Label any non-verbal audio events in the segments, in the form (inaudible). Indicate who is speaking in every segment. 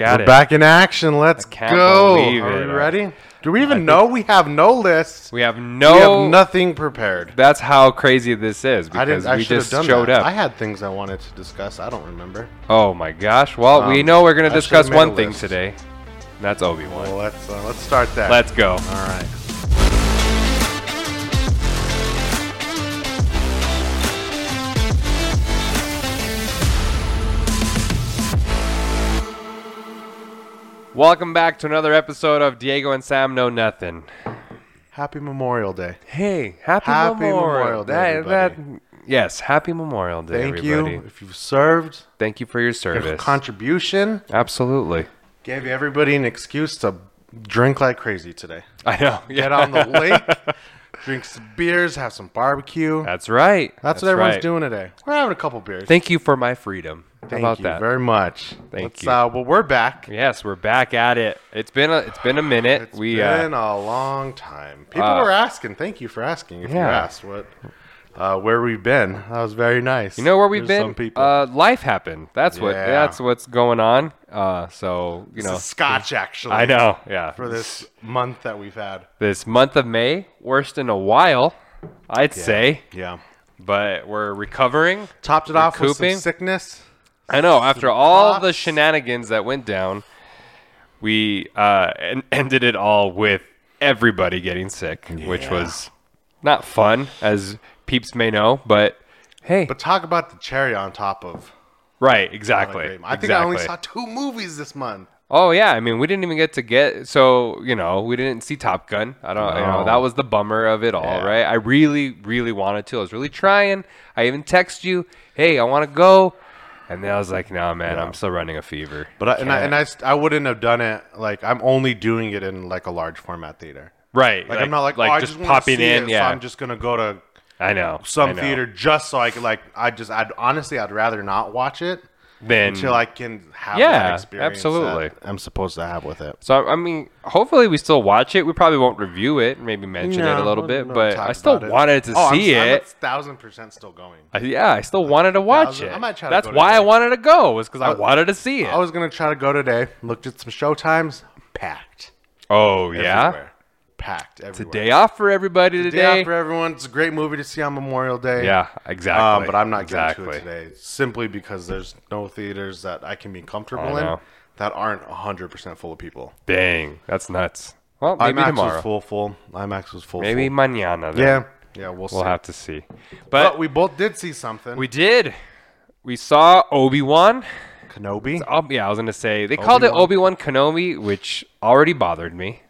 Speaker 1: Got
Speaker 2: We're
Speaker 1: it.
Speaker 2: back in action. Let's
Speaker 1: can't
Speaker 2: go.
Speaker 1: believe
Speaker 2: Are
Speaker 1: it.
Speaker 2: we ready? Do we
Speaker 1: I
Speaker 2: even
Speaker 1: think-
Speaker 2: know we have no list?
Speaker 1: We have no.
Speaker 2: We have nothing prepared.
Speaker 1: That's how crazy this is
Speaker 2: I
Speaker 1: because
Speaker 2: didn't. I
Speaker 1: we
Speaker 2: should have
Speaker 1: just
Speaker 2: done
Speaker 1: showed
Speaker 2: that.
Speaker 1: up.
Speaker 2: I had things I wanted to discuss. I don't remember.
Speaker 1: oh my gosh! Well, we
Speaker 2: Um,
Speaker 1: know we're gonna
Speaker 2: I should've
Speaker 1: discuss
Speaker 2: made
Speaker 1: one
Speaker 2: a
Speaker 1: thing
Speaker 2: list.
Speaker 1: today. and That's Obi Wan.
Speaker 2: Well, let's uh, let's start that.
Speaker 1: Let's go.
Speaker 2: All right.
Speaker 1: Welcome back to another episode of Diego and Sam Know Nothing.
Speaker 2: Happy Memorial Day.
Speaker 1: Hey, happy,
Speaker 2: Happy Memorial Day, everybody.
Speaker 1: yes, happy Memorial Day,
Speaker 2: Thank
Speaker 1: everybody.
Speaker 2: you. If you've served,
Speaker 1: Thank you for your
Speaker 2: your
Speaker 1: service.
Speaker 2: contribution
Speaker 1: Absolutely.
Speaker 2: gave everybody an excuse to drink like crazy
Speaker 1: (laughs)
Speaker 2: today.
Speaker 1: I know.
Speaker 2: Get on the lake, drink some beers, have some
Speaker 1: (laughs)
Speaker 2: barbecue.
Speaker 1: That's right.
Speaker 2: That's, what everyone's
Speaker 1: right.
Speaker 2: doing today. We're having a couple beers.
Speaker 1: Thank you for my freedom. How
Speaker 2: Thank
Speaker 1: about
Speaker 2: you
Speaker 1: that?
Speaker 2: very much.
Speaker 1: Thank
Speaker 2: Let's,
Speaker 1: you.
Speaker 2: Uh, well, we're back.
Speaker 1: Yes, we're back at it. It's been a it's been a minute.
Speaker 2: It's
Speaker 1: we uh,
Speaker 2: been a long time. People
Speaker 1: uh,
Speaker 2: were asking. Thank you for asking. If you
Speaker 1: Yeah.
Speaker 2: asked what, uh, where we've been, that was very nice.
Speaker 1: you know where we've
Speaker 2: There's
Speaker 1: been.
Speaker 2: Some people.
Speaker 1: Uh, life happened. That's what
Speaker 2: Yeah.
Speaker 1: that's what's going on. Uh, so you
Speaker 2: This
Speaker 1: know,
Speaker 2: is Scotch actually.
Speaker 1: I know. Yeah,
Speaker 2: For this month that we've had.
Speaker 1: this month of May, worst in a while, I'd say.
Speaker 2: Yeah.
Speaker 1: But we're recovering.
Speaker 2: Topped it off with some
Speaker 1: Recouping?
Speaker 2: sickness.
Speaker 1: I know. After all the
Speaker 2: props.
Speaker 1: shenanigans that went down, we uh, en- ended it all with everybody getting sick, which
Speaker 2: Yeah.
Speaker 1: was not fun, as peeps may know. But hey,
Speaker 2: But talk about the cherry on top of.
Speaker 1: right,
Speaker 2: Like,
Speaker 1: exactly.
Speaker 2: I think I only
Speaker 1: exactly.
Speaker 2: saw two movies this month.
Speaker 1: Oh yeah, I mean we didn't even get to get so you know we didn't see Top Gun. I don't you know
Speaker 2: No.
Speaker 1: that was the bummer of it all, right?
Speaker 2: Yeah.
Speaker 1: I really really wanted to. I was really trying. I even text you, hey, I want to go, and then I was like, nah, man, I'm still running a fever.
Speaker 2: But I, and I
Speaker 1: Can't.
Speaker 2: and I, st- I wouldn't have done it. Like I'm only doing it in like a large format theater.
Speaker 1: right,
Speaker 2: Like, I'm not like, oh, I just, wanna see it, so I'm just gonna go to
Speaker 1: I know I
Speaker 2: some
Speaker 1: know.
Speaker 2: theater just so I could like I just I'd honestly I'd rather not watch it
Speaker 1: then.
Speaker 2: until I can have
Speaker 1: Yeah,
Speaker 2: that experience.
Speaker 1: absolutely.
Speaker 2: that I'm supposed to have with it.
Speaker 1: so I mean, hopefully we still watch it. We probably won't review it, maybe mention it a
Speaker 2: No,
Speaker 1: little
Speaker 2: we'll
Speaker 1: bit,
Speaker 2: not
Speaker 1: but
Speaker 2: talk
Speaker 1: I still
Speaker 2: about it.
Speaker 1: wanted to
Speaker 2: Oh, I'm-
Speaker 1: see
Speaker 2: I'm,
Speaker 1: it.
Speaker 2: a thousand percent still going.
Speaker 1: I, yeah, I still wanted to watch
Speaker 2: thousand-
Speaker 1: it.
Speaker 2: I might try to
Speaker 1: That's
Speaker 2: go
Speaker 1: why I
Speaker 2: today.
Speaker 1: wanted to go was because I,
Speaker 2: I-
Speaker 1: wanted to see it.
Speaker 2: I was gonna try to go today. Looked at some show times. Packed.
Speaker 1: oh yeah,
Speaker 2: Everywhere. Packed everywhere.
Speaker 1: it's a day off for everybody
Speaker 2: Day off
Speaker 1: today.
Speaker 2: for everyone. It's a great movie to see on Memorial Day.
Speaker 1: yeah, exactly.
Speaker 2: Um, but I'm not
Speaker 1: exactly.
Speaker 2: getting to it today simply because there's no theaters that I can be comfortable
Speaker 1: I
Speaker 2: in
Speaker 1: know.
Speaker 2: that aren't 100% full of people.
Speaker 1: Dang, that's nuts. Well, maybe
Speaker 2: IMAX
Speaker 1: tomorrow.
Speaker 2: was full, full. IMAX was full.
Speaker 1: Maybe
Speaker 2: full.
Speaker 1: mañana. Then.
Speaker 2: Yeah. Yeah, we'll,
Speaker 1: we'll
Speaker 2: see.
Speaker 1: have to see.
Speaker 2: But,
Speaker 1: But
Speaker 2: we both did see something.
Speaker 1: we did. We saw Obi Wan.
Speaker 2: Kenobi.
Speaker 1: Oh, yeah, I was gonna say they called it
Speaker 2: Obi-Wan.
Speaker 1: Obi Wan Kenobi, which already bothered me.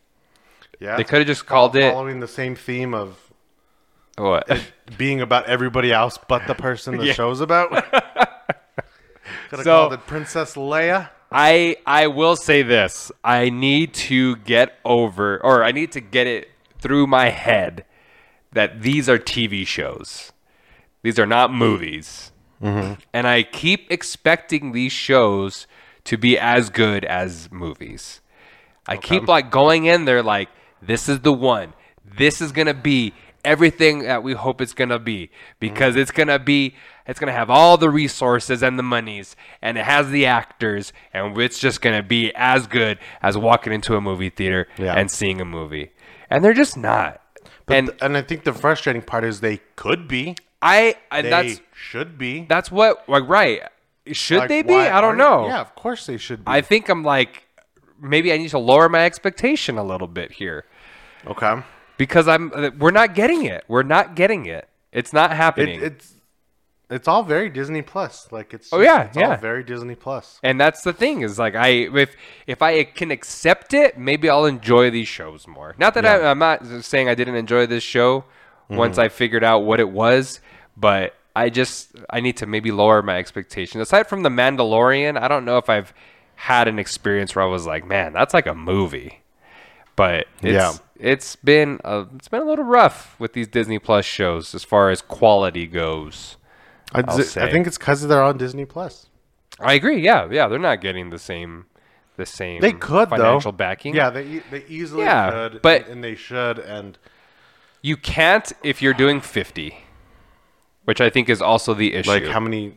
Speaker 2: Yeah.
Speaker 1: They could have just called it
Speaker 2: following the same theme of
Speaker 1: what?
Speaker 2: being about everybody else but the person the
Speaker 1: (laughs) Yeah.
Speaker 2: show's about. could have
Speaker 1: So-
Speaker 2: called it Princess Leia.
Speaker 1: I I will say this. I need to get over or I need to get it through my head that these are TV shows. These are
Speaker 2: Mm-hmm.
Speaker 1: not movies. And I keep expecting these shows to be as good as movies. I keep like going in there like this is the one. This is going to be everything that we hope it's going to be because
Speaker 2: Mm-hmm.
Speaker 1: it's going to be it's going to have all the resources and the monies and it has the actors and it's just going to be as good as walking into a movie theater
Speaker 2: Yeah.
Speaker 1: and seeing a movie. And they're just not.
Speaker 2: But
Speaker 1: and
Speaker 2: th- and I think the frustrating part is they could be.
Speaker 1: I and
Speaker 2: They
Speaker 1: that's
Speaker 2: should be.
Speaker 1: that's what like right. Should
Speaker 2: Like,
Speaker 1: they be?
Speaker 2: why
Speaker 1: I don't
Speaker 2: aren't-
Speaker 1: know.
Speaker 2: Yeah, of course they should be.
Speaker 1: I think I'm like maybe I need to lower my expectation a little bit here
Speaker 2: okay.
Speaker 1: because I'm uh, we're not getting it. We're not getting it. It's not happening.
Speaker 2: It, it's it's all very Disney Plus. Like it's
Speaker 1: Oh, yeah,
Speaker 2: it's
Speaker 1: yeah.
Speaker 2: all very Disney Plus.
Speaker 1: and that's the thing is like I if if I can accept it, maybe I'll enjoy these shows more. Not that I, I'm not saying I didn't enjoy this show once I figured out what it was, but I just I need to maybe lower my expectations. Aside from the Mandalorian, I don't know if I've had an experience where I was like, man, that's like a movie. But it's,
Speaker 2: Yeah.
Speaker 1: it's been a, it's been a little rough with these Disney Plus shows as far as quality goes.
Speaker 2: I,
Speaker 1: I'll say.
Speaker 2: think it's because they're on Disney Plus.
Speaker 1: I agree. Yeah, yeah, they're not getting the same, the same.
Speaker 2: They could
Speaker 1: financial
Speaker 2: though.
Speaker 1: backing.
Speaker 2: Yeah, they e- they easily
Speaker 1: Yeah,
Speaker 2: could,
Speaker 1: but-
Speaker 2: and they should. And
Speaker 1: you can't if you're doing fifty, which I think is also the issue.
Speaker 2: like, how many?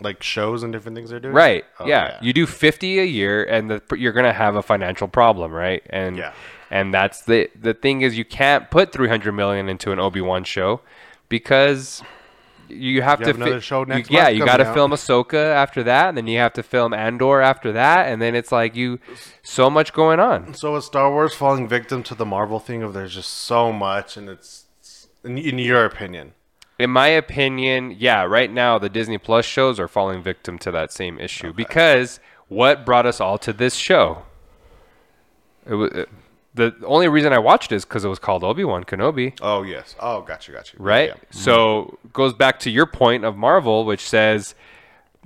Speaker 2: like shows and different things they're doing?
Speaker 1: Right.
Speaker 2: Oh,
Speaker 1: yeah. You do 50 a year and the, you're going to have a financial problem, right? And
Speaker 2: Yeah.
Speaker 1: and that's the the thing is you can't put 300 million into an Obi-Wan show because you have
Speaker 2: You
Speaker 1: to
Speaker 2: have another show next
Speaker 1: you, yeah,
Speaker 2: month
Speaker 1: you got to
Speaker 2: coming out.
Speaker 1: film Ahsoka after that and then you have to film Andor after that and then it's like you so much going on.
Speaker 2: So is Star Wars falling victim to the Marvel thing of there's just so much and it's in, in your opinion.
Speaker 1: In my opinion, yeah, right now the Disney Plus shows are falling victim to that same issue because what brought us all to this show? It was the only reason I watched it is because it was called Obi Wan Kenobi,
Speaker 2: Oh yes. Oh, gotcha, gotcha.
Speaker 1: right?
Speaker 2: Yeah.
Speaker 1: So goes back to your point of Marvel, which says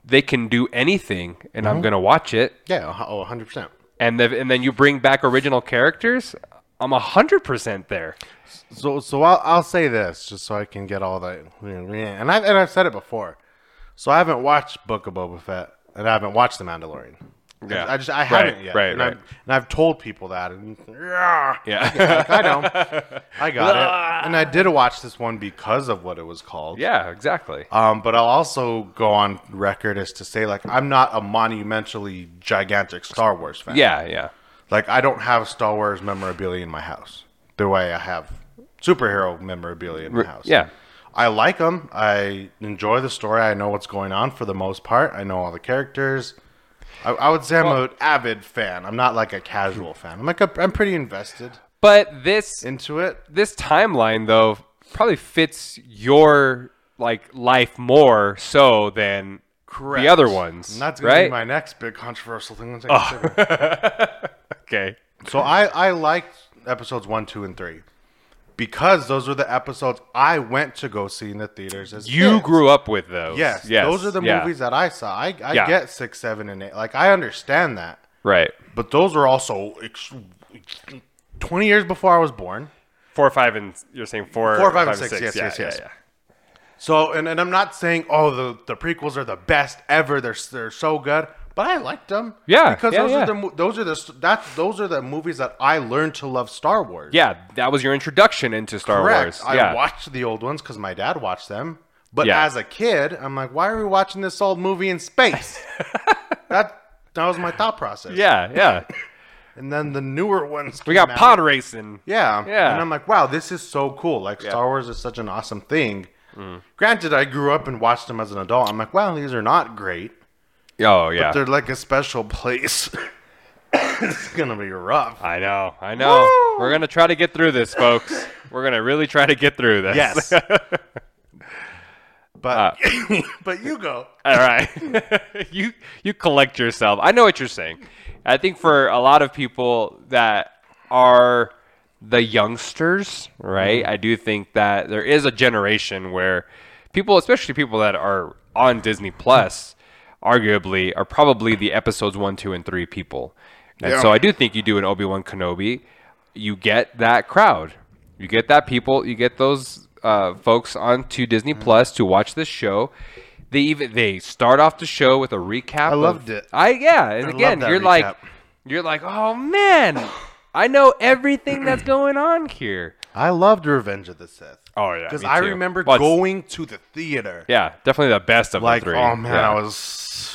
Speaker 1: they can do anything, and I'm gonna watch it.
Speaker 2: Yeah. a hu- Oh, 100 percent.
Speaker 1: And the, and then you bring back original characters. I'm hundred percent there.
Speaker 2: So, so I'll, I'll say this just so I can get all that. And I've and I've said it before. So I haven't watched Book of Boba Fett, and I haven't watched The Mandalorian.
Speaker 1: Yeah.
Speaker 2: I just I
Speaker 1: Right,
Speaker 2: haven't yet.
Speaker 1: right,
Speaker 2: and
Speaker 1: right.
Speaker 2: I've, and I've told people that, and yeah,
Speaker 1: Yeah,
Speaker 2: I know, I got it. And I did watch this one because of what it was
Speaker 1: (laughs)
Speaker 2: called.
Speaker 1: yeah, exactly.
Speaker 2: Um, but I'll also go on record as to say, like, I'm not a monumentally gigantic Star Wars fan.
Speaker 1: Yeah, yeah.
Speaker 2: Like, I don't have Star Wars memorabilia in my house the way I have superhero memorabilia in my house.
Speaker 1: yeah.
Speaker 2: I like them. I enjoy the story. I know what's going on for the most part. I know all the characters. I, I would say I'm an avid fan. I'm not like a casual fan. I'm like a, I'm pretty invested
Speaker 1: But this
Speaker 2: into it.
Speaker 1: this timeline though probably fits your like life more so than the other ones.
Speaker 2: And that's gonna
Speaker 1: right.
Speaker 2: be my next big controversial thing. Once I consider.
Speaker 1: okay.
Speaker 2: So I I liked episodes one, two, and three because those were the episodes I went to go see in the theaters. As
Speaker 1: You
Speaker 2: kids.
Speaker 1: grew up with those.
Speaker 2: yes,
Speaker 1: Yes.
Speaker 2: those are the
Speaker 1: yeah.
Speaker 2: movies that I saw. I I
Speaker 1: Yeah.
Speaker 2: get six, seven, and eight. Like I understand that,
Speaker 1: Right.
Speaker 2: but those were also ex- twenty years before I was born.
Speaker 1: Four, five, and you're saying four.
Speaker 2: Four, five, and
Speaker 1: and
Speaker 2: six, yes,
Speaker 1: Yeah,
Speaker 2: yes,
Speaker 1: yeah,
Speaker 2: yes.
Speaker 1: yeah.
Speaker 2: So and, and I'm not saying oh the the prequels are the best ever. They're they're so good. But I liked them,
Speaker 1: Yeah,
Speaker 2: because
Speaker 1: yeah,
Speaker 2: those
Speaker 1: yeah.
Speaker 2: are the mo- those are the that's those are the movies that I learned to love Star Wars.
Speaker 1: Yeah, that was your introduction into Star
Speaker 2: Correct.
Speaker 1: Wars.
Speaker 2: I
Speaker 1: yeah.
Speaker 2: watched the old ones because my dad watched them. But
Speaker 1: Yeah.
Speaker 2: as a kid, I'm like, why are we watching this old movie in space?
Speaker 1: (laughs)
Speaker 2: that that was my thought process.
Speaker 1: yeah,
Speaker 2: (laughs)
Speaker 1: yeah.
Speaker 2: And then the newer ones.
Speaker 1: We got pod racing.
Speaker 2: Yeah.
Speaker 1: Yeah.
Speaker 2: And I'm like, wow, this is so cool. Like Star Wars is such an awesome thing.
Speaker 1: Mm.
Speaker 2: Granted, I grew up and watched them as an adult. I'm like, wow, these are not great.
Speaker 1: Oh yeah.
Speaker 2: They're like a special place. (laughs) it's gonna be rough.
Speaker 1: I know. I know.
Speaker 2: Woo!
Speaker 1: We're gonna try to get through this, folks. We're gonna really try to get through this.
Speaker 2: (laughs) Yes. but
Speaker 1: Uh.
Speaker 2: (laughs) but you go.
Speaker 1: All right. (laughs) you you collect yourself. I know what you're saying. I think for a lot of people that are the youngsters, right? I do think that there is a generation where people, especially people that are on Disney Plus, arguably are probably the episodes 1, 2 and 3 people. And
Speaker 2: Yeah.
Speaker 1: so I do think you do an Obi-Wan Kenobi, you get that crowd. You get that people, you get those uh, folks onto Disney
Speaker 2: Mm.
Speaker 1: Plus to watch this show. They even they start off the show with a recap. I
Speaker 2: loved it.
Speaker 1: I yeah, and
Speaker 2: I
Speaker 1: again,
Speaker 2: love that
Speaker 1: you're like
Speaker 2: recap.
Speaker 1: you're like, "Oh man, I know everything
Speaker 2: (clears throat)
Speaker 1: that's going on here."
Speaker 2: I loved Revenge of the Sith.
Speaker 1: Oh, yeah,
Speaker 2: because
Speaker 1: me
Speaker 2: I
Speaker 1: too.
Speaker 2: remember
Speaker 1: Well, it's-
Speaker 2: going to the theater.
Speaker 1: Yeah, definitely the best of
Speaker 2: like,
Speaker 1: the three.
Speaker 2: oh man,
Speaker 1: yeah.
Speaker 2: I was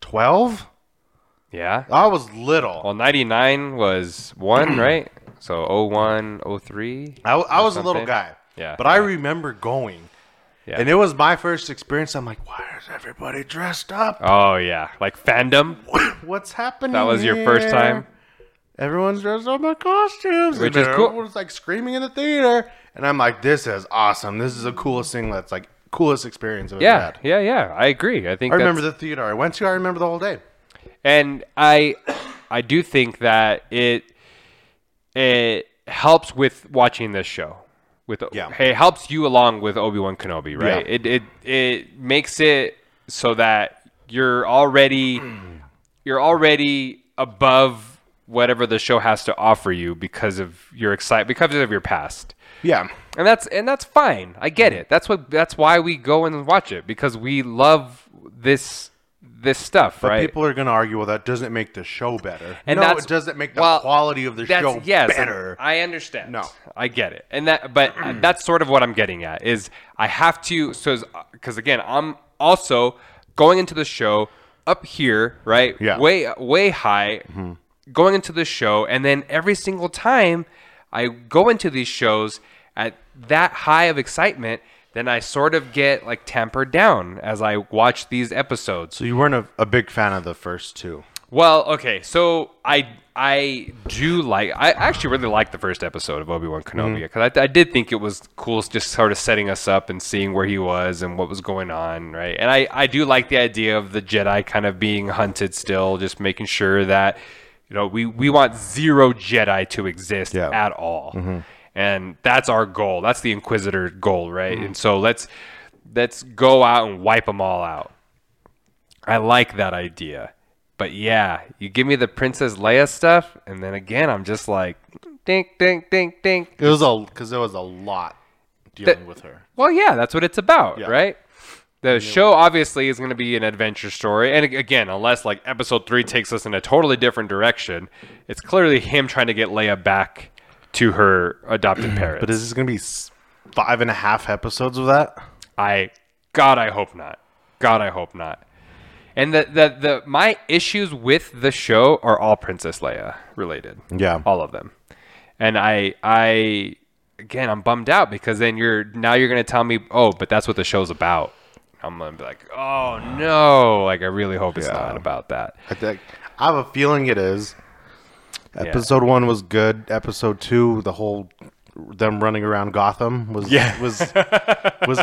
Speaker 2: twelve.
Speaker 1: Yeah.
Speaker 2: I was little.
Speaker 1: Well, 99 was 1,
Speaker 2: (clears throat)
Speaker 1: right? So 01, 03.
Speaker 2: I, I was a little
Speaker 1: something.
Speaker 2: guy.
Speaker 1: Yeah,
Speaker 2: but I remember going,
Speaker 1: Yeah.
Speaker 2: and it was my first experience. I'm like, why is everybody dressed up?
Speaker 1: Oh yeah, like fandom.
Speaker 2: (laughs) What's happening?
Speaker 1: Oh. That was your first
Speaker 2: here?
Speaker 1: time.
Speaker 2: Everyone's dressed up in costumes,
Speaker 1: Which
Speaker 2: and
Speaker 1: is cool.
Speaker 2: Everyone was like screaming in the theater, and I'm like, this is awesome. This is the coolest thing. That's like coolest experience I've ever
Speaker 1: Yeah,
Speaker 2: had.
Speaker 1: yeah, yeah. I agree. I think
Speaker 2: I remember
Speaker 1: that's-
Speaker 2: the theater I went to. I remember the whole day.
Speaker 1: and I, I do think that it, it helps with watching this show. With
Speaker 2: Yeah.
Speaker 1: it helps you along with Obi Wan Kenobi, right?
Speaker 2: Yeah.
Speaker 1: It it it makes it so that you're
Speaker 2: (clears throat)
Speaker 1: already you're already above whatever the show has to offer you because of your excitement because of your past.
Speaker 2: Yeah.
Speaker 1: and that's and that's fine. I get it. That's what that's why we go and watch it because we love this this stuff,
Speaker 2: But
Speaker 1: right?
Speaker 2: people are going to argue, well, that doesn't make the show better.
Speaker 1: And
Speaker 2: no,
Speaker 1: that's-
Speaker 2: it doesn't make the
Speaker 1: well,
Speaker 2: quality of the
Speaker 1: that's
Speaker 2: show
Speaker 1: yes, and
Speaker 2: better.
Speaker 1: I understand.
Speaker 2: No.
Speaker 1: I get
Speaker 2: (clears throat)
Speaker 1: it, and that but that's sort of what I'm getting at is I have to so because uh, again I'm also going into the show up here, right?
Speaker 2: Yeah. Mm-hmm.
Speaker 1: Way way high. Going into the show, and then every single time I go into these shows at that high of excitement, then I sort of get like tempered down as I watch these episodes.
Speaker 2: So you weren't a, a big fan of the first two.
Speaker 1: Well, okay, so I I do like I actually really like the first episode of Obi Wan Kenobi because I, I did think it was cool, just sort of setting us up and seeing where he was and what was going on, right? And I I do like the idea of the Jedi kind of being hunted still, just making sure that you know we we want zero Jedi to exist
Speaker 2: Yeah.
Speaker 1: at all, and that's our goal. That's the Inquisitor goal, right? And so let's let's go out and wipe them all out. I like that idea. But yeah, you give me the Princess Leia stuff, and then again, I'm just like, dink, dink, dink, dink.
Speaker 2: It was a because there was a lot dealing with her.
Speaker 1: Well, yeah, that's what it's about,
Speaker 2: Yeah.
Speaker 1: right? The show obviously is going to be an adventure story, and a- again, unless like episode three takes us in a totally different direction, it's clearly him trying to get Leia back to her adopted parents.
Speaker 2: (clears throat) But is this gonna be s- five and a half episodes of that?
Speaker 1: I God, I hope not. God, I hope not. And the the, the my issues with the show are all Princess Leia related.
Speaker 2: Yeah.
Speaker 1: all of them. And I I again I'm bummed out because then you're now you're gonna tell me oh but that's what the show's about. I'm gonna be like oh no like I really hope it's
Speaker 2: Yeah.
Speaker 1: not about that.
Speaker 2: I think I have a feeling it is. Episode one was good. Episode two, the whole them running around Gotham was
Speaker 1: Yeah.
Speaker 2: was was.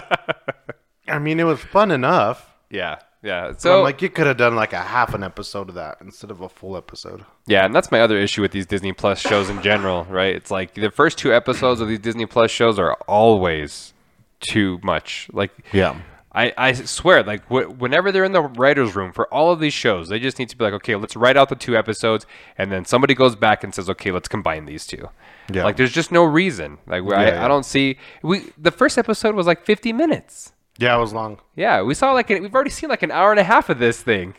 Speaker 2: I mean, it was fun enough.
Speaker 1: Yeah yeah
Speaker 2: So,
Speaker 1: so
Speaker 2: I'm like, you could have done like a half an episode of that instead of a full episode.
Speaker 1: Yeah, and that's my other issue with these Disney Plus shows in general, right? It's like the first two episodes of these Disney Plus shows are always too much. Like,
Speaker 2: Yeah.
Speaker 1: I, I swear, like, wh- whenever they're in the writer's room for all of these shows, they just need to be like, okay, let's write out the two episodes, and then somebody goes back and says, okay, let's combine these two.
Speaker 2: Yeah.
Speaker 1: Like, there's just no reason. Like, I,
Speaker 2: Yeah, yeah.
Speaker 1: I don't see. we The first episode was like 50 minutes.
Speaker 2: Yeah, it was long.
Speaker 1: Yeah, we saw like an, we've already seen like an hour and a half of this thing,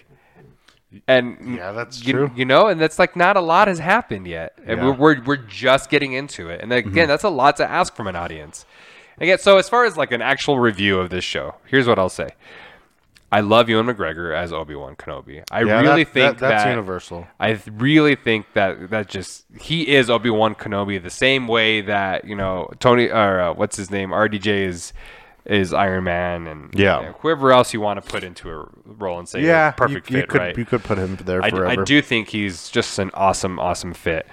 Speaker 1: and
Speaker 2: Yeah, that's
Speaker 1: you,
Speaker 2: true.
Speaker 1: You know, and that's like not a lot has happened yet, and
Speaker 2: Yeah. Mm-hmm.
Speaker 1: we're, we're we're just getting into it. And again, that's a lot to ask from an audience. Again, so as far as like an actual review of this show, here's what I'll say: I love Ewan McGregor as Obi Wan Kenobi. I
Speaker 2: Yeah,
Speaker 1: really
Speaker 2: that-
Speaker 1: think
Speaker 2: that- that's
Speaker 1: that-
Speaker 2: universal.
Speaker 1: I th- really think that that just he is Obi Wan Kenobi the same way that you know Tony or uh, what's his name RDJ is is Iron Man and
Speaker 2: Yeah.
Speaker 1: and whoever else you want to put into a role and say
Speaker 2: Yeah,
Speaker 1: yeah perfect
Speaker 2: you, you
Speaker 1: fit
Speaker 2: could
Speaker 1: right
Speaker 2: you could put him there
Speaker 1: I, d-
Speaker 2: forever.
Speaker 1: I do think he's just an awesome awesome fit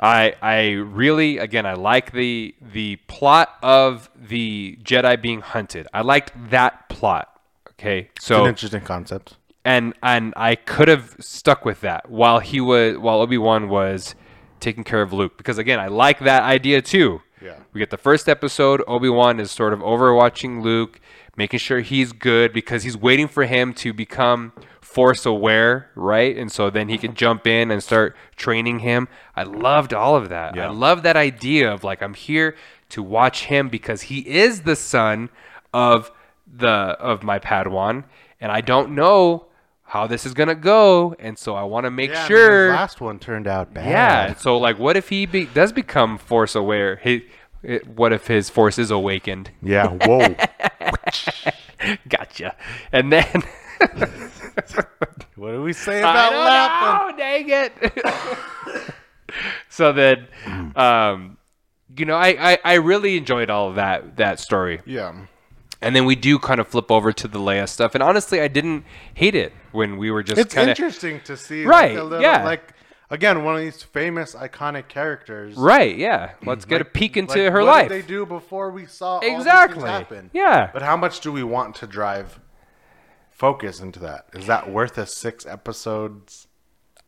Speaker 1: I I really again I like the the plot of the Jedi being hunted I liked that plot okay so
Speaker 2: It's an interesting concept.
Speaker 1: and and I could have stuck with that while he was while Obi Wan was taking care of Luke because again I like that idea too.
Speaker 2: Yeah.
Speaker 1: We get the first episode. Obi Wan is sort of overwatching Luke, making sure he's good because he's waiting for him to become Force aware, right? And so then he can jump in and start training him. I loved all of that. I love that idea of like I'm here to watch him because he is the son of the of my Padawan, and I don't know how this is gonna go, and so I want to make
Speaker 2: Yeah, I mean, his
Speaker 1: sure.
Speaker 2: last one turned out bad.
Speaker 1: yeah. So like, what if he be, does become Force aware? He, it, what if his Force is awakened? (laughs)
Speaker 2: Yeah. Whoa.
Speaker 1: Gotcha. And then (laughs)
Speaker 2: what do we say
Speaker 1: I
Speaker 2: about
Speaker 1: don't
Speaker 2: laughing?
Speaker 1: know, dang it. (laughs) so then, um, you know, I, I I really enjoyed all of that that story.
Speaker 2: Yeah.
Speaker 1: And then we do kind of flip over to the Leia stuff. And honestly, I didn't hate it when we were just
Speaker 2: It's
Speaker 1: kind of
Speaker 2: interesting to see,
Speaker 1: Right,
Speaker 2: Like, a little,
Speaker 1: yeah.
Speaker 2: Like again, one of these famous iconic characters.
Speaker 1: right. Yeah, let's get a peek into
Speaker 2: mm, Like,
Speaker 1: her
Speaker 2: what
Speaker 1: life.
Speaker 2: Did they do before we saw all these things
Speaker 1: Exactly.
Speaker 2: happen?
Speaker 1: Yeah.
Speaker 2: But how much do we want to drive focus into that? Is that worth a six episodes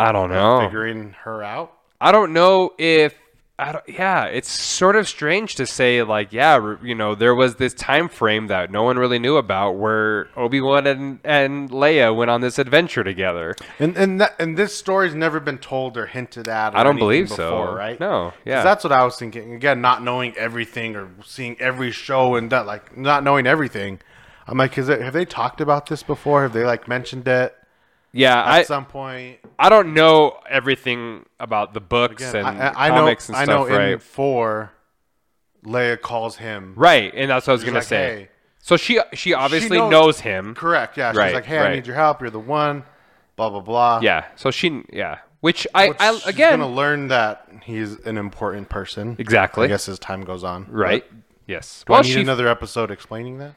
Speaker 1: I don't
Speaker 2: Oh.
Speaker 1: know.
Speaker 2: figuring her out?
Speaker 1: I don't know if I don't, yeah, it's sort of strange to say like yeah, r- you know, there was this time frame that no one really knew about where Obi-Wan and and Leia went on this adventure together.
Speaker 2: And and that, and this story's never been told or hinted at. Or
Speaker 1: I don't
Speaker 2: anything
Speaker 1: believe so.
Speaker 2: before, Right?
Speaker 1: No,
Speaker 2: 'Cause
Speaker 1: yeah.
Speaker 2: That's what I was thinking. Again, not knowing everything or seeing every show and that, like not knowing everything. I'm like, is it, have they talked about this before? Have they like mentioned it
Speaker 1: Yeah,
Speaker 2: at
Speaker 1: I
Speaker 2: some point?
Speaker 1: I don't know everything about the books and
Speaker 2: I, I know.
Speaker 1: comics
Speaker 2: I
Speaker 1: and stuff,
Speaker 2: know.
Speaker 1: right?
Speaker 2: In four, Leia calls him.
Speaker 1: right, and that's what I was going
Speaker 2: like,
Speaker 1: to say.
Speaker 2: "Hey,
Speaker 1: So she she obviously knows,
Speaker 2: knows-
Speaker 1: him.
Speaker 2: Correct. Yeah. She's
Speaker 1: Right,
Speaker 2: like, hey,
Speaker 1: right.
Speaker 2: I need your help. You're the one. Blah blah blah.
Speaker 1: Yeah. So she yeah. Which I,
Speaker 2: Which
Speaker 1: I
Speaker 2: she's
Speaker 1: again
Speaker 2: gonna learn that he's an important person.
Speaker 1: Exactly.
Speaker 2: I guess as time goes on.
Speaker 1: right. Yes.
Speaker 2: Do
Speaker 1: well,
Speaker 2: I need
Speaker 1: she
Speaker 2: another episode explaining that?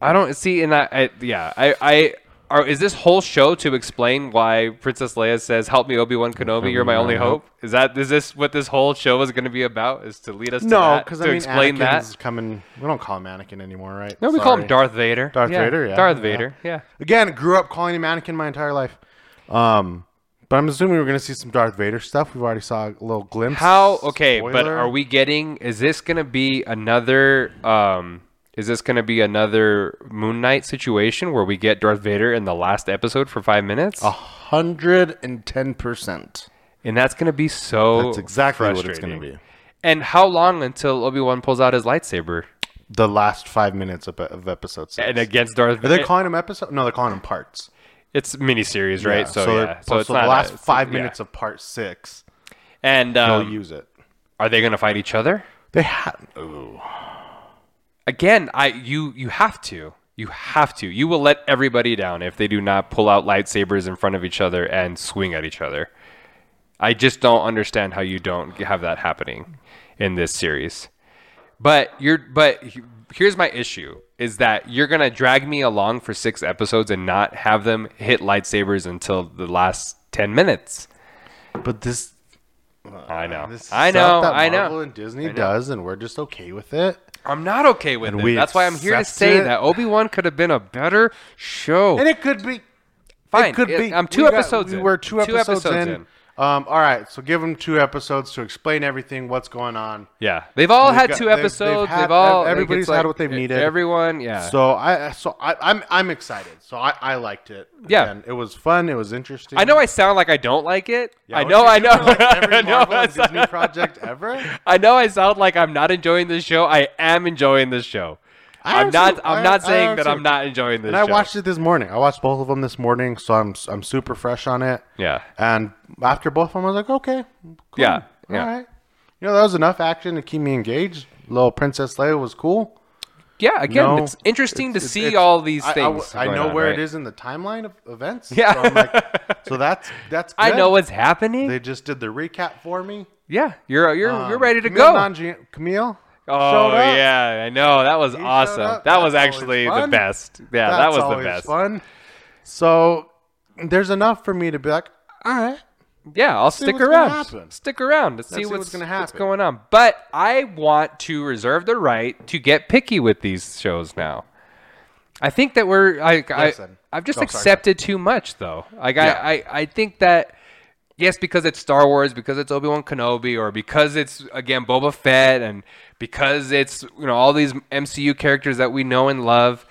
Speaker 1: I don't see, and I, I yeah, I, I are, is this whole show to explain why Princess Leia says, "Help me, Obi Wan Kenobi, you're my only hope"? Is that is this what this whole show is going to be about? Is to lead us to
Speaker 2: No,
Speaker 1: that,
Speaker 2: because
Speaker 1: to
Speaker 2: I mean,
Speaker 1: explain
Speaker 2: Anakin's
Speaker 1: that?
Speaker 2: coming. We don't call him Anakin anymore, right?
Speaker 1: No, we call him
Speaker 2: Sorry.
Speaker 1: Darth Vader.
Speaker 2: Darth Vader, yeah,
Speaker 1: Darth
Speaker 2: yeah.
Speaker 1: Vader. Yeah.
Speaker 2: Again, grew up calling him Anakin my entire life. Um, but I'm assuming we're gonna see some Darth Vader stuff. We've already saw a little glimpse.
Speaker 1: How okay, but
Speaker 2: Spoiler.
Speaker 1: are we getting? Is this going to be another? um Is this going to be another Moon Knight situation where we get Darth Vader in the last episode for five minutes,
Speaker 2: A hundred and ten percent.
Speaker 1: and that's going to be so.
Speaker 2: That's exactly what it's gonna
Speaker 1: frustrating.
Speaker 2: be.
Speaker 1: And how long until Obi Wan pulls out his lightsaber
Speaker 2: The last five minutes of, of episode six.
Speaker 1: and against Darth
Speaker 2: Are they
Speaker 1: Vader?
Speaker 2: calling them episode? No, they're calling them parts.
Speaker 1: it's miniseries, right?
Speaker 2: Yeah,
Speaker 1: So,
Speaker 2: they're-
Speaker 1: yeah, so it's
Speaker 2: the
Speaker 1: not a-
Speaker 2: last
Speaker 1: it's-
Speaker 2: five
Speaker 1: yeah.
Speaker 2: minutes of part six.
Speaker 1: And
Speaker 2: They'll
Speaker 1: um,
Speaker 2: use it.
Speaker 1: are they going to fight each other
Speaker 2: They have. Ooh.
Speaker 1: again? I you you have to you have to you will let everybody down if they do not pull out lightsabers in front of each other and swing at each other. I just don't understand how you don't have that happening in this series. But you're but he- here's my issue is that you're going to drag me along for 6 episodes and not have them hit lightsabers until the last 10 minutes.
Speaker 2: But this.
Speaker 1: I know.
Speaker 2: Uh, This is
Speaker 1: I know.
Speaker 2: stuff that
Speaker 1: I
Speaker 2: Marvel
Speaker 1: know.
Speaker 2: And Disney does, and we're just okay with it.
Speaker 1: I'm not okay with
Speaker 2: And
Speaker 1: it.
Speaker 2: we
Speaker 1: That's why I'm here to
Speaker 2: accept
Speaker 1: say
Speaker 2: it.
Speaker 1: that Obi-Wan could have been a better show.
Speaker 2: And it could be.
Speaker 1: Fine.
Speaker 2: It could be.
Speaker 1: I'm two
Speaker 2: We got-
Speaker 1: episodes
Speaker 2: we
Speaker 1: in.
Speaker 2: were two episodes, in.
Speaker 1: in.
Speaker 2: Um, all right, so give them two episodes to explain everything, what's going on.
Speaker 1: Yeah. They've all
Speaker 2: We've
Speaker 1: had
Speaker 2: got-
Speaker 1: two
Speaker 2: they've- they've
Speaker 1: episodes. They've,
Speaker 2: had-
Speaker 1: all like,
Speaker 2: everybody's
Speaker 1: it's
Speaker 2: had
Speaker 1: like-
Speaker 2: what they've needed.
Speaker 1: Everyone, yeah.
Speaker 2: So I, so I, I'm, I'm excited. So I, I liked it.
Speaker 1: Yeah.
Speaker 2: Again, it was fun. It was interesting.
Speaker 1: I know I sound like I don't like it.
Speaker 2: Yeah,
Speaker 1: I
Speaker 2: what
Speaker 1: know,
Speaker 2: you
Speaker 1: I
Speaker 2: do
Speaker 1: know. (laughs)
Speaker 2: for, Like every
Speaker 1: I know
Speaker 2: Marvel
Speaker 1: I
Speaker 2: and
Speaker 1: sound- (laughs)
Speaker 2: Disney project ever.
Speaker 1: I know I sound like I'm not enjoying this show. I am enjoying this show.
Speaker 2: I
Speaker 1: I'm not.
Speaker 2: absolute-
Speaker 1: I'm
Speaker 2: I-
Speaker 1: not
Speaker 2: I
Speaker 1: saying that I'm
Speaker 2: absolute-
Speaker 1: not enjoying this.
Speaker 2: And I
Speaker 1: show.
Speaker 2: watched it this morning. I watched both of them this morning, so I'm I'm super fresh on it.
Speaker 1: Yeah.
Speaker 2: And after both of them, I was like, okay, cool.
Speaker 1: Yeah, yeah.
Speaker 2: all right. You know, that was enough action to keep me engaged. Little Princess Leia was cool.
Speaker 1: Yeah. Again,
Speaker 2: No,
Speaker 1: it's interesting to
Speaker 2: it's-
Speaker 1: see
Speaker 2: it's-
Speaker 1: all these
Speaker 2: I- I w-
Speaker 1: things.
Speaker 2: I,
Speaker 1: going
Speaker 2: know
Speaker 1: on,
Speaker 2: where
Speaker 1: right?
Speaker 2: it is in the timeline of events.
Speaker 1: Yeah.
Speaker 2: So, I'm like, (laughs) so that's that's. Good.
Speaker 1: I know what's happening.
Speaker 2: They just did the recap for me.
Speaker 1: yeah. You're you're
Speaker 2: Um,
Speaker 1: you're ready to
Speaker 2: Camille
Speaker 1: go.
Speaker 2: Nanjiani- Camille.
Speaker 1: oh
Speaker 2: showed up.
Speaker 1: yeah. I know. That was awesome.
Speaker 2: up.
Speaker 1: That was
Speaker 2: That's always
Speaker 1: actually the
Speaker 2: fun.
Speaker 1: best. Yeah.
Speaker 2: That's
Speaker 1: that was the
Speaker 2: always
Speaker 1: best.
Speaker 2: Fun. So there's enough for me to be like, all right.
Speaker 1: Yeah, I'll stick
Speaker 2: what's gonna
Speaker 1: around.
Speaker 2: happen.
Speaker 1: Stick around to see,
Speaker 2: see
Speaker 1: what's,
Speaker 2: what's gonna
Speaker 1: what's
Speaker 2: happen.
Speaker 1: going on. But I want to reserve the right to get picky with these shows now. I think that we're I, I
Speaker 2: Listen.
Speaker 1: I've just
Speaker 2: Oh, sorry, go
Speaker 1: accepted too much though. Like
Speaker 2: Yeah.
Speaker 1: I, I I think that yes because it's Star Wars, because it's Obi-Wan Kenobi or because it's again Boba Fett and because it's you know all these MCU characters that we know and love.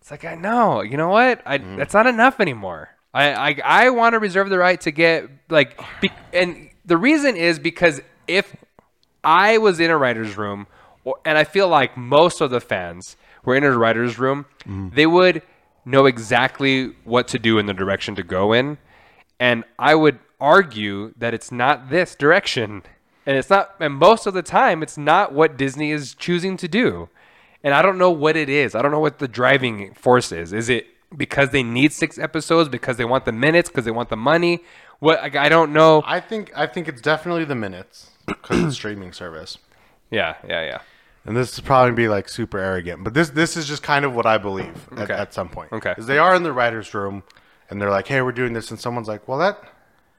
Speaker 1: It's like I know, you know what? I that's not enough anymore. I I, I want to reserve the right to get like, be, and the reason is because if I was in a writer's room, or, and I feel like most of the fans were in a writer's room, they would know exactly what to do and the direction to go in, and I would argue that it's not this direction, and it's not, and most of the time it's not what Disney is choosing to do. And I don't know what it is. I don't know what the driving force is. Is it because they need six episodes? Because they want the minutes? Because they want the money? What like, I don't know.
Speaker 2: I think I think it's definitely the minutes
Speaker 1: (clears throat)
Speaker 2: because it's streaming service.
Speaker 1: Yeah, yeah, yeah.
Speaker 2: And this is probably be like super arrogant, but this this is just kind of what I believe at,
Speaker 1: Okay.
Speaker 2: at some point.
Speaker 1: Okay.
Speaker 2: is they are in the writers' room, and they're like, "Hey, we're doing this," and someone's like, "Well, that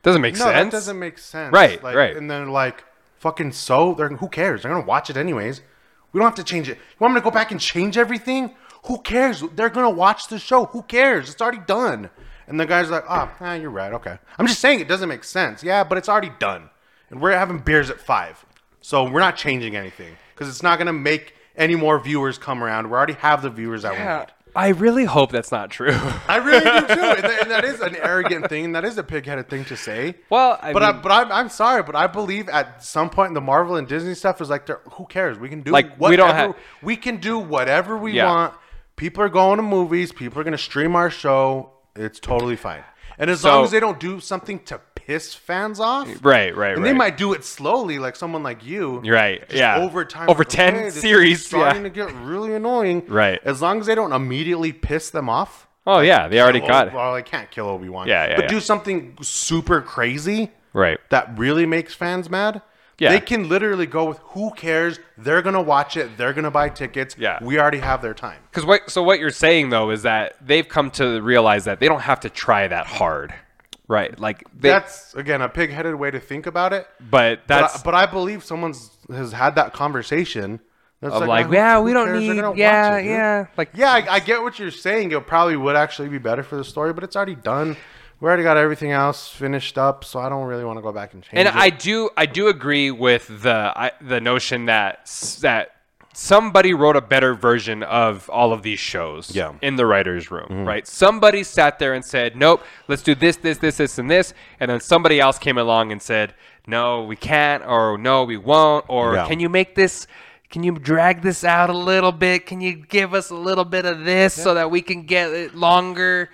Speaker 1: Doesn't make
Speaker 2: no,
Speaker 1: sense.
Speaker 2: that doesn't make sense."
Speaker 1: Right,
Speaker 2: like,
Speaker 1: right.
Speaker 2: And then like, "Fucking so, they're who cares? They're gonna watch it anyways. We don't have to change it. You want me to go back and change everything? Who cares? They're gonna watch the show. Who cares? It's already done." And the guy's like, "Ah, oh, you're right. Okay, I'm just saying it doesn't make sense. Yeah, but it's already done, and we're having beers at five, so we're not changing anything because it's not gonna make." Any more viewers come around? We already have the viewers that we need.
Speaker 1: I really hope that's not
Speaker 2: (laughs)
Speaker 1: true. (laughs)
Speaker 2: I really do too, and, that- and that is an arrogant thing, and that is a pig-headed thing to say.
Speaker 1: Well, I
Speaker 2: but I,
Speaker 1: mean-
Speaker 2: but I'm, I'm sorry, but I believe at some point the Marvel and Disney stuff is like, they're- who cares? We can do
Speaker 1: Like,
Speaker 2: whatever,
Speaker 1: we don't have-
Speaker 2: we can do whatever we
Speaker 1: Yeah.
Speaker 2: want. People are going to movies. People are going to stream our show. It's totally fine, and as
Speaker 1: So-
Speaker 2: long as they don't do something to piss fans off.
Speaker 1: Right, right,
Speaker 2: And
Speaker 1: right.
Speaker 2: they might do it slowly, like someone like you.
Speaker 1: You're right.
Speaker 2: Just
Speaker 1: yeah.
Speaker 2: Over time.
Speaker 1: Over
Speaker 2: like,
Speaker 1: ten
Speaker 2: okay, this is
Speaker 1: series.
Speaker 2: starting
Speaker 1: Yeah.
Speaker 2: to get really annoying.
Speaker 1: Right.
Speaker 2: As long as they don't immediately piss them off.
Speaker 1: Oh yeah, they already
Speaker 2: Oh,
Speaker 1: got it.
Speaker 2: Well, I can't kill Obi Wan.
Speaker 1: Yeah, yeah,
Speaker 2: But
Speaker 1: yeah.
Speaker 2: do something super crazy
Speaker 1: Right.
Speaker 2: that really makes fans mad.
Speaker 1: Yeah.
Speaker 2: They can literally go with who cares? They're gonna watch it. They're gonna buy tickets.
Speaker 1: Yeah.
Speaker 2: We already have their time.
Speaker 1: Because what? So what you're saying though is that they've come to realize that they don't have to try that hard, right? Like they,
Speaker 2: That's again a pig-headed way to think about it.
Speaker 1: but
Speaker 2: But
Speaker 1: that's
Speaker 2: I, but I believe someone's has had that conversation. That's
Speaker 1: of like, yeah, we don't need, yeah, yeah, like
Speaker 2: Yeah, I, I get what you're saying. It probably would actually be better for the story, but it's already done. We already got everything else finished up, so I don't really want to go back and change
Speaker 1: And
Speaker 2: it.
Speaker 1: I do, I do agree with the I, the notion that s- that somebody wrote a better version of all of these shows
Speaker 2: Yeah.
Speaker 1: in the writers' room, right? Somebody sat there and said, "Nope, let's do this, this, this, this, and this," and then somebody else came along and said, "No, we can't," or "No, we won't," or
Speaker 2: Yeah.
Speaker 1: "Can you make this?" Can you drag this out a little bit? Can you give us a little bit of this so that we can get it longer?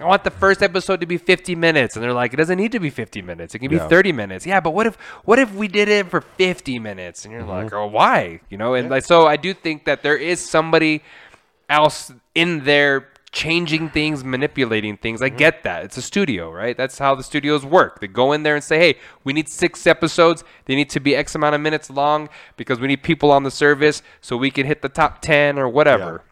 Speaker 1: I want the first episode to be 50 minutes. And they're like, it doesn't need to be 50 minutes. It can be
Speaker 2: Yeah.
Speaker 1: 30 minutes. Yeah, but what if what if we did it for 50 minutes? And you're
Speaker 2: Mm-hmm.
Speaker 1: like, oh, why? You know, and like so I do think that there is somebody else in there changing things, manipulating things.
Speaker 2: Mm-hmm.
Speaker 1: I get that. It's a studio, right? That's how the studios work. They go in there and say, "Hey, we need 6 episodes. They need to be X amount of minutes long because we need people on the service so we can hit the top 10 or whatever."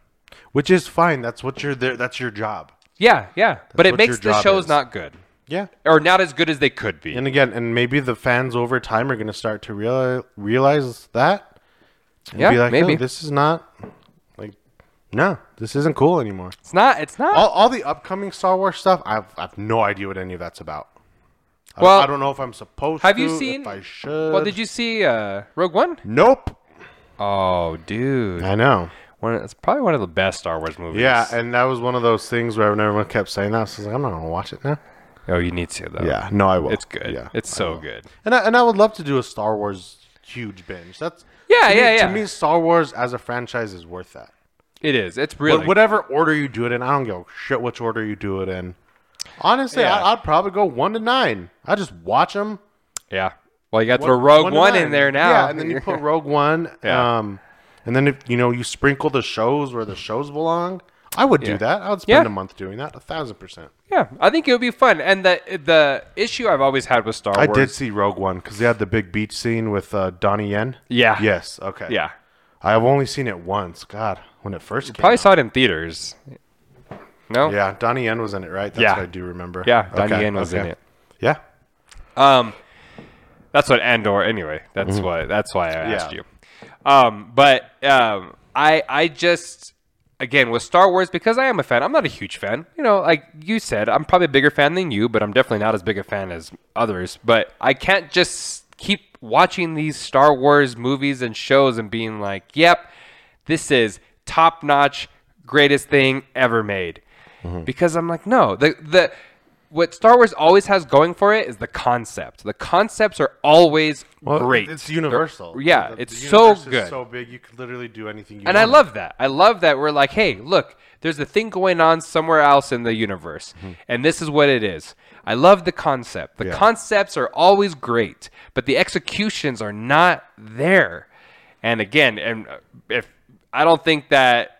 Speaker 2: which is fine. That's what you're there. That's your job.
Speaker 1: Yeah, yeah. but it
Speaker 2: what your
Speaker 1: makes the
Speaker 2: job
Speaker 1: shows
Speaker 2: is.
Speaker 1: not good
Speaker 2: Yeah.
Speaker 1: or not as good as they could be.
Speaker 2: And again, and maybe the fans over time are going to start to realize realize that. And
Speaker 1: Yeah,
Speaker 2: be like,
Speaker 1: maybe.
Speaker 2: No, this is not like, no, this isn't cool anymore.
Speaker 1: It's not it's not
Speaker 2: All, all the upcoming Star Wars stuff, I've I've no idea what any of that's about. I,
Speaker 1: Well,
Speaker 2: I don't know if I'm supposed.
Speaker 1: have
Speaker 2: to,
Speaker 1: you seen-
Speaker 2: If I should.
Speaker 1: Well, did you see uh, Rogue One?
Speaker 2: Nope.
Speaker 1: Oh, dude,
Speaker 2: I know.
Speaker 1: one, it's probably one of the best Star Wars movies.
Speaker 2: Yeah, and that was one of those things where everyone kept saying that. So I was like, I'm not gonna watch it now.
Speaker 1: oh, you need to though.
Speaker 2: Yeah, no, I will.
Speaker 1: it's good.
Speaker 2: Yeah,
Speaker 1: it's so good.
Speaker 2: And I, and I would love to do a Star Wars huge binge. That's
Speaker 1: Yeah,
Speaker 2: to me-
Speaker 1: yeah, yeah.
Speaker 2: To me, Star Wars as a franchise is worth that.
Speaker 1: It is. It's
Speaker 2: But
Speaker 1: really.
Speaker 2: whatever order you do it in, I don't give a shit which order you do it in. Honestly,
Speaker 1: Yeah.
Speaker 2: I, I'd probably go one to nine. I just watch them.
Speaker 1: yeah. Well, you got to throw Rogue One, in there now.
Speaker 2: Yeah, and then you (laughs) put Rogue One.
Speaker 1: Yeah.
Speaker 2: Um, and then if you know you sprinkle the shows where the shows belong. I would
Speaker 1: Yeah.
Speaker 2: do that. I would spend
Speaker 1: Yeah.
Speaker 2: a month doing that. A thousand percent.
Speaker 1: (laughs) yeah, I think it would be fun. And the the issue I've always had with Star
Speaker 2: I
Speaker 1: Wars.
Speaker 2: did see Rogue One because they had the big beach scene with uh, Donnie Yen.
Speaker 1: Yeah.
Speaker 2: Yes. Okay.
Speaker 1: Yeah.
Speaker 2: I've only seen it once. God, when it first came.
Speaker 1: Probably saw it in theaters. No.
Speaker 2: out. Yeah, Donnie Yen was in it, right? That's
Speaker 1: Yeah.
Speaker 2: what I do remember.
Speaker 1: Yeah, Donnie Yen was in it.
Speaker 2: Yeah.
Speaker 1: Um, that's what Andor. Anyway, that's why. That's why I asked
Speaker 2: Mm-hmm. Yeah.
Speaker 1: you. Um, but um, I I just again with Star Wars because I am a fan. I'm not a huge fan. You know, like you said, I'm probably a bigger fan than you, but I'm definitely not as big a fan as others. But I can't just keep watching these Star Wars movies and shows and being like, "Yep, this is top notch, greatest thing ever made." Because I'm like, no, the the what Star Wars always has going for it is the concept. The concepts are always great.
Speaker 2: It's universal.
Speaker 1: They're- yeah,
Speaker 2: The- the
Speaker 1: it's so
Speaker 2: universe is
Speaker 1: good.
Speaker 2: so big, you could literally do anything you
Speaker 1: and
Speaker 2: want.
Speaker 1: I love that. I love that we're like, hey, look, there's a thing going on somewhere else in the universe, and this is what it is. I love the concept. The
Speaker 2: Mm-hmm. Yeah.
Speaker 1: concepts are always great, but the executions are not there. And again, and uh, if I don't think that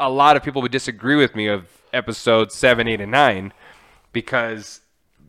Speaker 1: a lot of people would disagree with me of episode seven, eight, and nine, because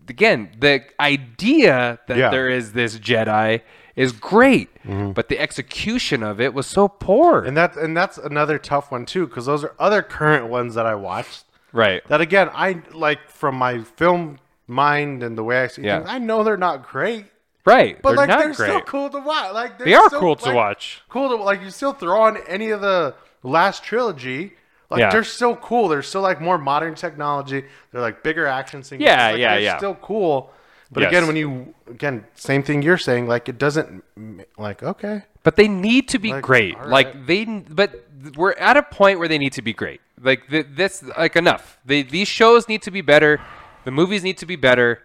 Speaker 1: again, the idea that
Speaker 2: Yeah. Mm-hmm.
Speaker 1: there is this Jedi is great, but the execution of it was so poor.
Speaker 2: And that and that's another tough one too, because those are other current ones that I watched.
Speaker 1: Right.
Speaker 2: That again, I like from my film mind and the way I see
Speaker 1: Yeah.
Speaker 2: things. I know they're not great,
Speaker 1: Right.
Speaker 2: but
Speaker 1: they're
Speaker 2: like
Speaker 1: not
Speaker 2: they're
Speaker 1: great.
Speaker 2: still cool to watch. Like
Speaker 1: They are
Speaker 2: still,
Speaker 1: cool to
Speaker 2: like,
Speaker 1: watch.
Speaker 2: Cool to like. You still throw on any of the last trilogy. Like
Speaker 1: Yeah.
Speaker 2: they're still cool. They're still like more modern technology. They're like bigger action sequences.
Speaker 1: Yeah,
Speaker 2: Like,
Speaker 1: yeah,
Speaker 2: they're
Speaker 1: yeah.
Speaker 2: Still cool. But
Speaker 1: Yes.
Speaker 2: again, when you again same thing you're saying, like it doesn't m- like okay.
Speaker 1: But they need to be
Speaker 2: Like,
Speaker 1: great.
Speaker 2: all
Speaker 1: Like they but we're at a point where they need to be great. Like th- this like enough. They, these shows need to be better. The movies need to be better.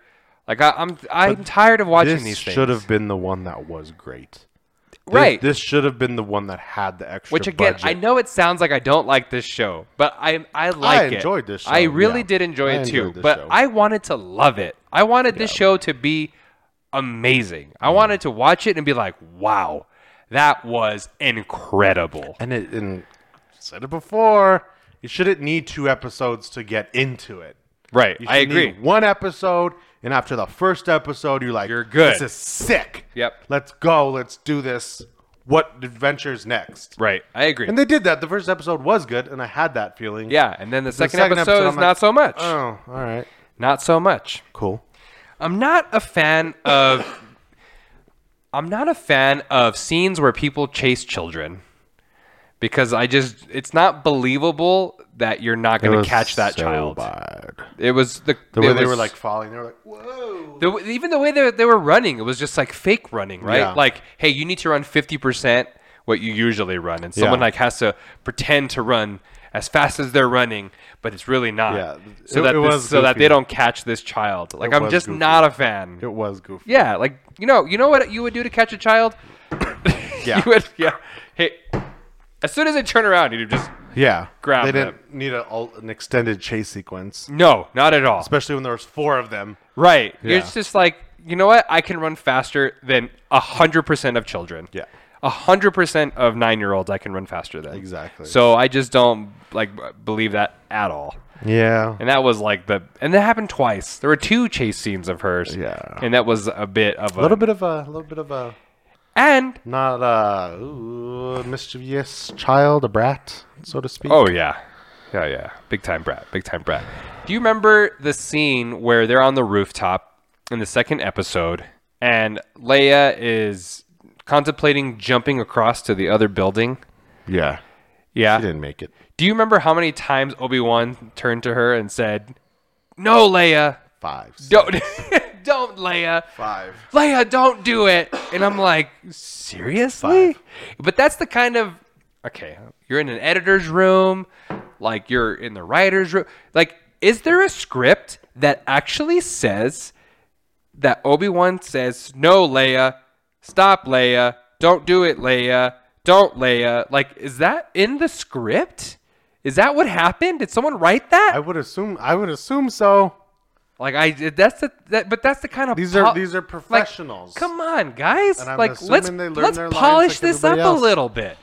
Speaker 1: Like I, I'm I'm tired of watching
Speaker 2: This
Speaker 1: these things.
Speaker 2: should have been the one that was great. This-
Speaker 1: right.
Speaker 2: This, should have been the one that had the extra.
Speaker 1: Which again,
Speaker 2: budget.
Speaker 1: I know it sounds like I don't like this show, but I I like it.
Speaker 2: enjoyed this
Speaker 1: I
Speaker 2: show,
Speaker 1: really
Speaker 2: yeah.
Speaker 1: did enjoy
Speaker 2: I
Speaker 1: it too,
Speaker 2: enjoyed this
Speaker 1: but
Speaker 2: show.
Speaker 1: I wanted to love it. I wanted this show to be amazing.
Speaker 2: Mm.
Speaker 1: I wanted to watch it and be like, wow, that was incredible.
Speaker 2: And it and said it before. You shouldn't need two episodes to get into it.
Speaker 1: Right.
Speaker 2: You
Speaker 1: I
Speaker 2: should
Speaker 1: agree.
Speaker 2: Need one episode, and after the first episode, you're like,
Speaker 1: You're good.
Speaker 2: This is sick.
Speaker 1: Yep.
Speaker 2: Let's go. Let's do this. What adventures next?
Speaker 1: Right. I agree.
Speaker 2: And they did that. The first episode was good, and I had that feeling.
Speaker 1: yeah. And then the,
Speaker 2: The
Speaker 1: second, episode, is
Speaker 2: I'm
Speaker 1: not
Speaker 2: like,
Speaker 1: so much.
Speaker 2: Oh, all right.
Speaker 1: not so much.
Speaker 2: Cool.
Speaker 1: I'm not a fan of. I'm not a fan of scenes where people chase children, because I just it's not believable that you're not going to catch that child. It was the,
Speaker 2: The
Speaker 1: it
Speaker 2: way they
Speaker 1: was-
Speaker 2: were like falling, they were like, whoa.
Speaker 1: the, w- even the way they, they were running, it was just like fake running, right?
Speaker 2: Yeah.
Speaker 1: Like, hey, you need to run 50% what you usually run. And someone
Speaker 2: Yeah.
Speaker 1: like has to pretend to run as fast as they're running, but it's really not.
Speaker 2: Yeah,
Speaker 1: So,
Speaker 2: it-
Speaker 1: that,
Speaker 2: it
Speaker 1: this-
Speaker 2: was
Speaker 1: so that they
Speaker 2: goofy.
Speaker 1: don't catch this child. Like,
Speaker 2: It
Speaker 1: I'm
Speaker 2: was
Speaker 1: just
Speaker 2: goofy.
Speaker 1: not a fan.
Speaker 2: It was goofy.
Speaker 1: Yeah, like, you know, you know what you would do to catch a child?
Speaker 2: (coughs) Yeah.
Speaker 1: (laughs) you would, yeah. Hey, as soon as they turn around, you'd just,
Speaker 2: Yeah.
Speaker 1: Grab
Speaker 2: they didn't need a, all- an extended chase sequence,
Speaker 1: no, not at all.
Speaker 2: especially when there was four of them.
Speaker 1: Right.
Speaker 2: Yeah.
Speaker 1: It's just like, you know what? I can run faster than 100% of children.
Speaker 2: Yeah.
Speaker 1: 100% of nine year olds, I can run faster than.
Speaker 2: Exactly.
Speaker 1: So I just don't like b- believe that at all.
Speaker 2: Yeah.
Speaker 1: And that was like the, and that happened twice. There were two chase scenes of hers.
Speaker 2: Yeah.
Speaker 1: And that was a bit of a.
Speaker 2: A little bit of a, a little bit of a,
Speaker 1: And,
Speaker 2: not a ooh, mischievous child, a brat, so to speak.
Speaker 1: oh, yeah. Yeah, yeah. Big time brat. Big time brat. Do you remember the scene where they're on the rooftop in the second episode and Leia is contemplating jumping across to the other building?
Speaker 2: yeah.
Speaker 1: Yeah.
Speaker 2: He didn't make it.
Speaker 1: Do you remember how many times Obi Wan turned to her and said, "No, Leia,
Speaker 2: Five.
Speaker 1: don't, (laughs) don't, Leia,
Speaker 2: Five.
Speaker 1: Leia, don't do it." And I'm like, seriously? But that's the kind of okay. You're in an editor's room, like you're in the writer's room. Like, is there a script that actually says that Obi Wan says, "No, Leia, stop, Leia, don't do it, Leia, don't, Leia." Like, is that in the script? Is that what happened? Did someone write that?
Speaker 2: I would assume. I would assume so.
Speaker 1: like, I that's the that, but that's the kind of
Speaker 2: These are
Speaker 1: pol-
Speaker 2: these are
Speaker 1: like,
Speaker 2: professionals.
Speaker 1: come on, guys!
Speaker 2: And I'm
Speaker 1: Like,
Speaker 2: assuming
Speaker 1: let's
Speaker 2: they learn
Speaker 1: let's
Speaker 2: their lines
Speaker 1: polish
Speaker 2: like
Speaker 1: this up
Speaker 2: everybody
Speaker 1: a
Speaker 2: else.
Speaker 1: little bit.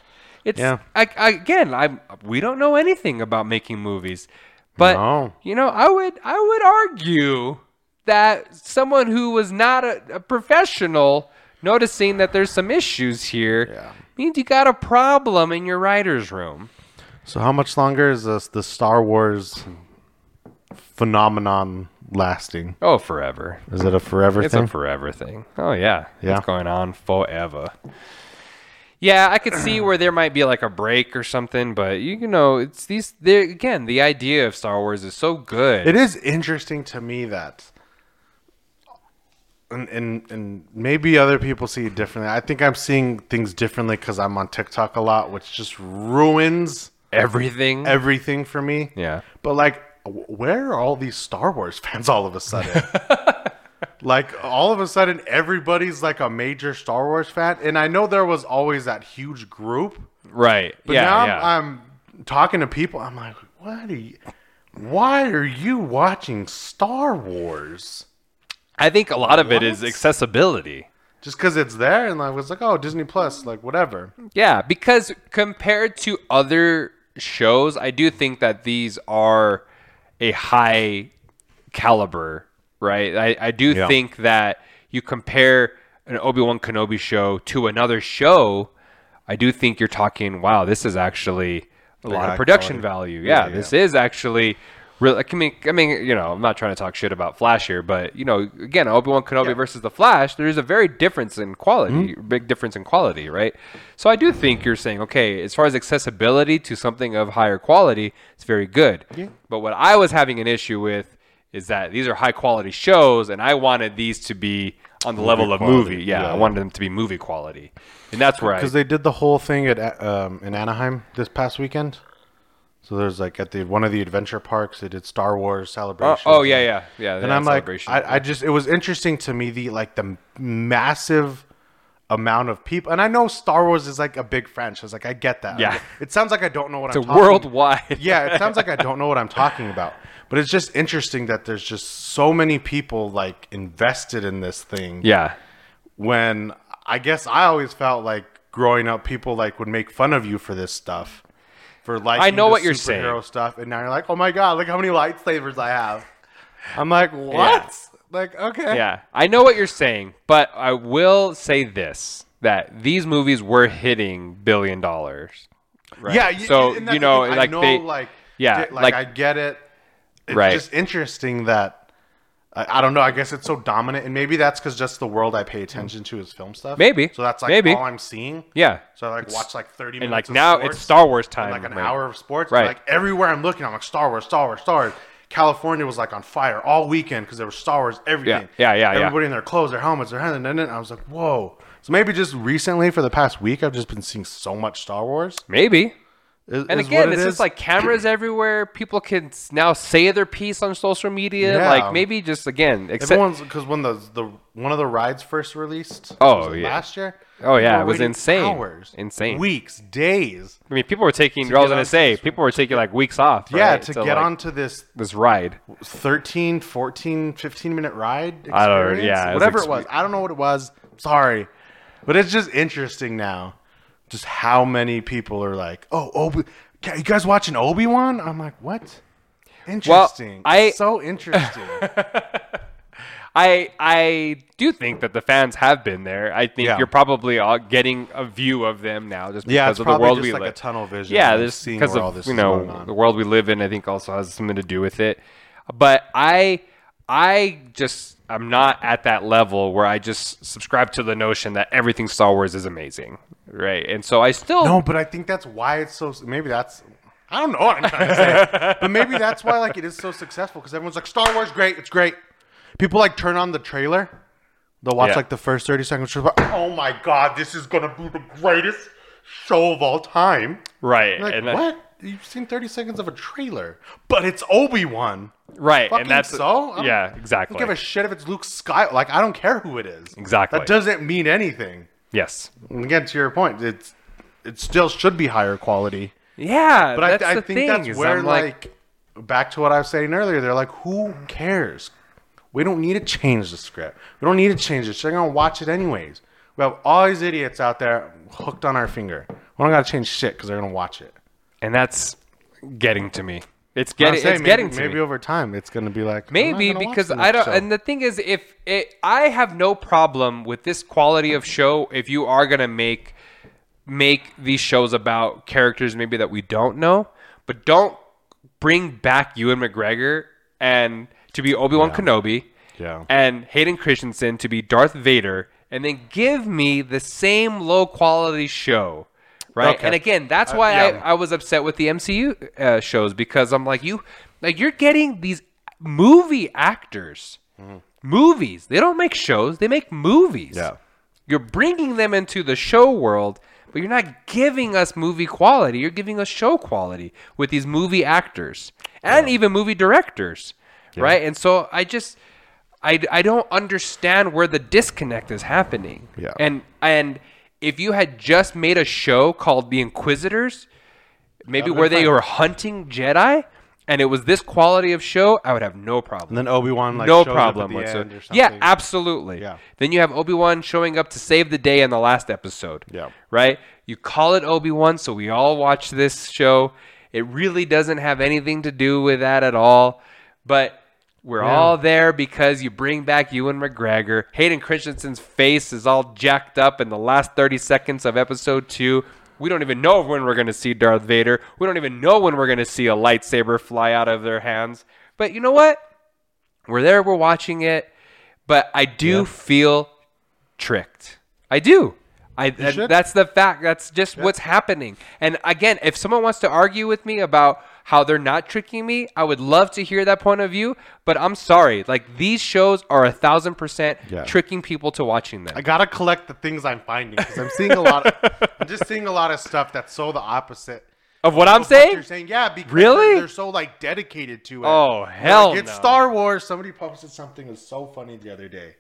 Speaker 1: It's
Speaker 2: Yeah.
Speaker 1: I, I, again, I'm we don't know anything about making movies, but
Speaker 2: No.
Speaker 1: you know, I would I would argue that someone who was not a, a professional noticing that there's some issues here
Speaker 2: Yeah.
Speaker 1: means you got a problem in your writer's room.
Speaker 2: So how much longer is this the Star Wars phenomenon lasting?
Speaker 1: Oh, forever.
Speaker 2: Is it a forever
Speaker 1: It's
Speaker 2: thing?
Speaker 1: a forever thing. Oh yeah,
Speaker 2: Yeah.
Speaker 1: It's going on forever. Yeah, I could see where there might be like a break or something, but you you know, it's these. There again, the idea of Star Wars is so good.
Speaker 2: it is interesting to me that, and and and maybe other people see it differently. I think I'm seeing things differently because I'm on TikTok a lot, which just ruins
Speaker 1: Everything.
Speaker 2: everything for me.
Speaker 1: yeah.
Speaker 2: But like, w- where are all these Star Wars (laughs) fans all of
Speaker 1: (laughs)
Speaker 2: a sudden? like, all of a sudden, everybody's like a major Star Wars fan, and I know there was always that huge group.
Speaker 1: Right.
Speaker 2: But
Speaker 1: yeah.
Speaker 2: now
Speaker 1: yeah.
Speaker 2: I'm, I'm talking to people. I'm like, what are you? Why are you watching Star Wars?
Speaker 1: I think a lot of it is
Speaker 2: What?
Speaker 1: accessibility.
Speaker 2: Just because it's there, and like, was like, oh, Disney Plus, like, whatever.
Speaker 1: Yeah, because compared to other shows, I do think that these are a high caliber, right? I, I do
Speaker 2: Yeah.
Speaker 1: think that you compare an Obi Wan Kenobi show to another show, I do think you're talking, wow, this is actually a lot
Speaker 2: high
Speaker 1: of production
Speaker 2: quality.
Speaker 1: value. Yeah,
Speaker 2: Yeah,
Speaker 1: this is actually. Real, I mean, I mean, you know, I'm not trying to talk shit about Flash here, but you know, again, Obi Wan Kenobi versus the Flash, there is a very difference in quality,
Speaker 2: Mm-hmm.
Speaker 1: big difference in quality, right? So I do think you're saying, okay, as far as accessibility to something of higher quality, it's very good. But what I was having an issue with is that these are high quality shows, and I wanted these to be on the level of
Speaker 2: quality.
Speaker 1: movie. Yeah,
Speaker 2: Yeah.
Speaker 1: I wanted them to be movie quality, and that's where I
Speaker 2: because they did the whole thing at uh, um, in Anaheim this past weekend. So there's like at the one of the adventure parks they did Star Wars celebration.
Speaker 1: oh yeah, yeah, yeah.
Speaker 2: And I'm like, I, I just it was interesting to me the like the massive amount of people. And I know Star Wars is like a big franchise. Like I get that.
Speaker 1: Yeah.
Speaker 2: It sounds like I don't know
Speaker 1: It's
Speaker 2: what I'm
Speaker 1: a
Speaker 2: talking
Speaker 1: worldwide.
Speaker 2: yeah, it sounds like I don't know what I'm talking about. But it's just interesting that there's just so many people like invested in this thing.
Speaker 1: Yeah.
Speaker 2: When I guess I always felt like growing up, people like would make fun of you for this stuff, for like
Speaker 1: know what you're saying.
Speaker 2: superhero stuff, and now you're like, oh my god, look how many lightsabers I have. I'm like, what? Like okay,
Speaker 1: Yeah. I know what you're saying, but I will say this that these movies were hitting billion dollars. Right.
Speaker 2: yeah. y-
Speaker 1: So,
Speaker 2: and that's
Speaker 1: you
Speaker 2: the
Speaker 1: know,
Speaker 2: thing. I
Speaker 1: like
Speaker 2: know,
Speaker 1: they-
Speaker 2: like
Speaker 1: yeah,
Speaker 2: di- like,
Speaker 1: like-
Speaker 2: I get it. It's
Speaker 1: Right.
Speaker 2: just interesting that I, I don't know. I guess it's so dominant, and maybe that's because just the world I pay attention to is film stuff.
Speaker 1: Maybe.
Speaker 2: so that's like
Speaker 1: Maybe.
Speaker 2: all I'm seeing.
Speaker 1: Yeah.
Speaker 2: So I like watch like 30
Speaker 1: And
Speaker 2: minutes
Speaker 1: like
Speaker 2: of
Speaker 1: now
Speaker 2: sports
Speaker 1: it's Star Wars
Speaker 2: and,
Speaker 1: time.
Speaker 2: like an
Speaker 1: right?
Speaker 2: hour of sports.
Speaker 1: Right.
Speaker 2: Right. Like everywhere I'm looking, I'm like Star Wars, Star Wars, Star Wars. California was like on fire all weekend because there was Star Wars everything.
Speaker 1: Yeah, yeah, yeah, yeah.
Speaker 2: Everybody in their clothes, their helmets, their and then I was like, whoa. So maybe just recently for the past week, I've just been seeing so much Star Wars.
Speaker 1: Maybe.
Speaker 2: is-
Speaker 1: And
Speaker 2: is
Speaker 1: again,
Speaker 2: what it
Speaker 1: it's
Speaker 2: is.
Speaker 1: just like cameras everywhere. People can s- now say their piece on social media.
Speaker 2: Yeah.
Speaker 1: Like maybe just again, except
Speaker 2: everyone's because when the the one of the rides first released.
Speaker 1: Oh,
Speaker 2: was it
Speaker 1: yeah.
Speaker 2: last year.
Speaker 1: Oh, yeah,
Speaker 2: people
Speaker 1: it was
Speaker 2: waiting
Speaker 1: insane.
Speaker 2: Hours,
Speaker 1: Insane.
Speaker 2: weeks, days.
Speaker 1: I mean, people were taking. I was
Speaker 2: get
Speaker 1: gonna
Speaker 2: on-
Speaker 1: say people were taking like weeks off.
Speaker 2: Yeah,
Speaker 1: right,
Speaker 2: to get
Speaker 1: like,
Speaker 2: onto this
Speaker 1: this ride.
Speaker 2: 13, 14, 15 minute ride experience.
Speaker 1: I don't- yeah, it was
Speaker 2: whatever
Speaker 1: expe-
Speaker 2: it was. I don't know what it was. Sorry. But it's just interesting now just how many people are like, oh, Obi, Ca- you guys watching Obi Wan? I'm like, what? Interesting.
Speaker 1: I-
Speaker 2: so interesting.
Speaker 1: I I do think that the fans have been there. I think
Speaker 2: Yeah.
Speaker 1: you're probably all getting a view of them now just because
Speaker 2: yeah, it's
Speaker 1: of the
Speaker 2: probably
Speaker 1: world
Speaker 2: just
Speaker 1: we
Speaker 2: like
Speaker 1: live.
Speaker 2: a tunnel vision.
Speaker 1: yeah,
Speaker 2: of
Speaker 1: this
Speaker 2: seeing
Speaker 1: because
Speaker 2: where
Speaker 1: of
Speaker 2: all this
Speaker 1: you
Speaker 2: is going
Speaker 1: know
Speaker 2: on.
Speaker 1: the world we live in. I think also has something to do with it. But I I just I'm not at that level where I just subscribe to the notion that everything Star Wars is amazing, right? And so I still
Speaker 2: No, but I think that's why it's so. Maybe that's. I don't know what I'm trying
Speaker 1: (laughs)
Speaker 2: to say, but maybe that's why like it is so successful because everyone's like Star Wars, great, it's great. People like turn on the trailer, they'll watch
Speaker 1: Yeah.
Speaker 2: like the first thirty seconds. Trailer, oh my god, this is gonna be the greatest show of all time.
Speaker 1: right
Speaker 2: You're Like
Speaker 1: and that-
Speaker 2: what? You've seen thirty seconds of a trailer, but it's Obi Wan.
Speaker 1: right
Speaker 2: Fucking
Speaker 1: and that's
Speaker 2: so. I'm-
Speaker 1: yeah
Speaker 2: I
Speaker 1: exactly
Speaker 2: don't give a shit if it's Luke Sky. Like I don't care who it is.
Speaker 1: Exactly.
Speaker 2: That doesn't mean anything.
Speaker 1: yes
Speaker 2: And again, to your point, it's it still should be higher quality.
Speaker 1: yeah
Speaker 2: But I,
Speaker 1: that's
Speaker 2: I
Speaker 1: the
Speaker 2: think
Speaker 1: thing,
Speaker 2: that's
Speaker 1: is
Speaker 2: where,
Speaker 1: I'm
Speaker 2: like, back to what I was saying earlier, they're like, who cares? We don't need to change the script. We don't need to change it. They're going to watch it anyways. We have all these idiots out there hooked on our finger. We don't got to change shit because they're going to watch it.
Speaker 1: and that's getting to me. It's
Speaker 2: I'm
Speaker 1: getting
Speaker 2: saying
Speaker 1: it's
Speaker 2: maybe,
Speaker 1: getting to
Speaker 2: maybe
Speaker 1: me.
Speaker 2: over time it's going to be like I'm not
Speaker 1: Maybe
Speaker 2: gonna watch
Speaker 1: because
Speaker 2: the
Speaker 1: I don't.
Speaker 2: show.
Speaker 1: And the thing is, if it, I have no problem with this quality of show, if you are gonna make make these shows about characters maybe that we don't know, but don't bring back Ewan McGregor and to be Obi Wan Kenobi,
Speaker 2: Yeah.
Speaker 1: and Hayden Christensen to be Darth Vader, and then give me the same low quality show. Right,
Speaker 2: Okay.
Speaker 1: and again, that's why
Speaker 2: Uh, yeah.
Speaker 1: I, I was upset with the MCU uh, shows because I'm like you, like you're getting these movie actors, movies. They don't make shows; they make movies.
Speaker 2: Mm-hmm. Yeah.
Speaker 1: You're bringing them into the show world, but you're not giving us movie quality. You're giving us show quality with these movie actors and even movie directors, right? And so I just I, I don't understand where the disconnect is happening.
Speaker 2: Yeah.
Speaker 1: And and if you had just made a show called The Inquisitors, maybe where they were hunting Jedi and it was this quality of show, I would have no problem
Speaker 2: and then Obi Wan like
Speaker 1: no
Speaker 2: shows
Speaker 1: problem
Speaker 2: up at the end
Speaker 1: whatsoever.
Speaker 2: or something.
Speaker 1: Yeah, absolutely.
Speaker 2: Yeah.
Speaker 1: Then you have Obi Wan showing up to save the day in the last episode.
Speaker 2: Yeah.
Speaker 1: Right? You call it Obi Wan, so we all watch this show. It really doesn't have anything to do with that at all. But we're all there because you bring back Ewan McGregor. Hayden Christensen's face is all jacked up in the last 30 seconds of episode two. We don't even know when we're going to see Darth Vader. We don't even know when we're going to see a lightsaber fly out of their hands. But you know what? We're there, we're watching it, but I do feel tricked. I do. I and
Speaker 2: should.
Speaker 1: that's the fact. That's just what's happening. And again, if someone wants to argue with me about how they're not tricking me, I would love to hear that point of view. But I'm sorry, like these shows are a thousand percent
Speaker 2: Yeah.
Speaker 1: tricking people to watching them.
Speaker 2: I gotta collect the things I'm finding because I'm seeing a lot. Of, I'm just seeing a lot of stuff that's so the opposite.
Speaker 1: of what I'm
Speaker 2: of what
Speaker 1: saying,
Speaker 2: you're saying, yeah, because
Speaker 1: Really?
Speaker 2: they're, they're so like dedicated to it.
Speaker 1: Oh,
Speaker 2: They're
Speaker 1: hell
Speaker 2: Like, it's
Speaker 1: no.
Speaker 2: Star Wars. Somebody posted something that was so funny the other day.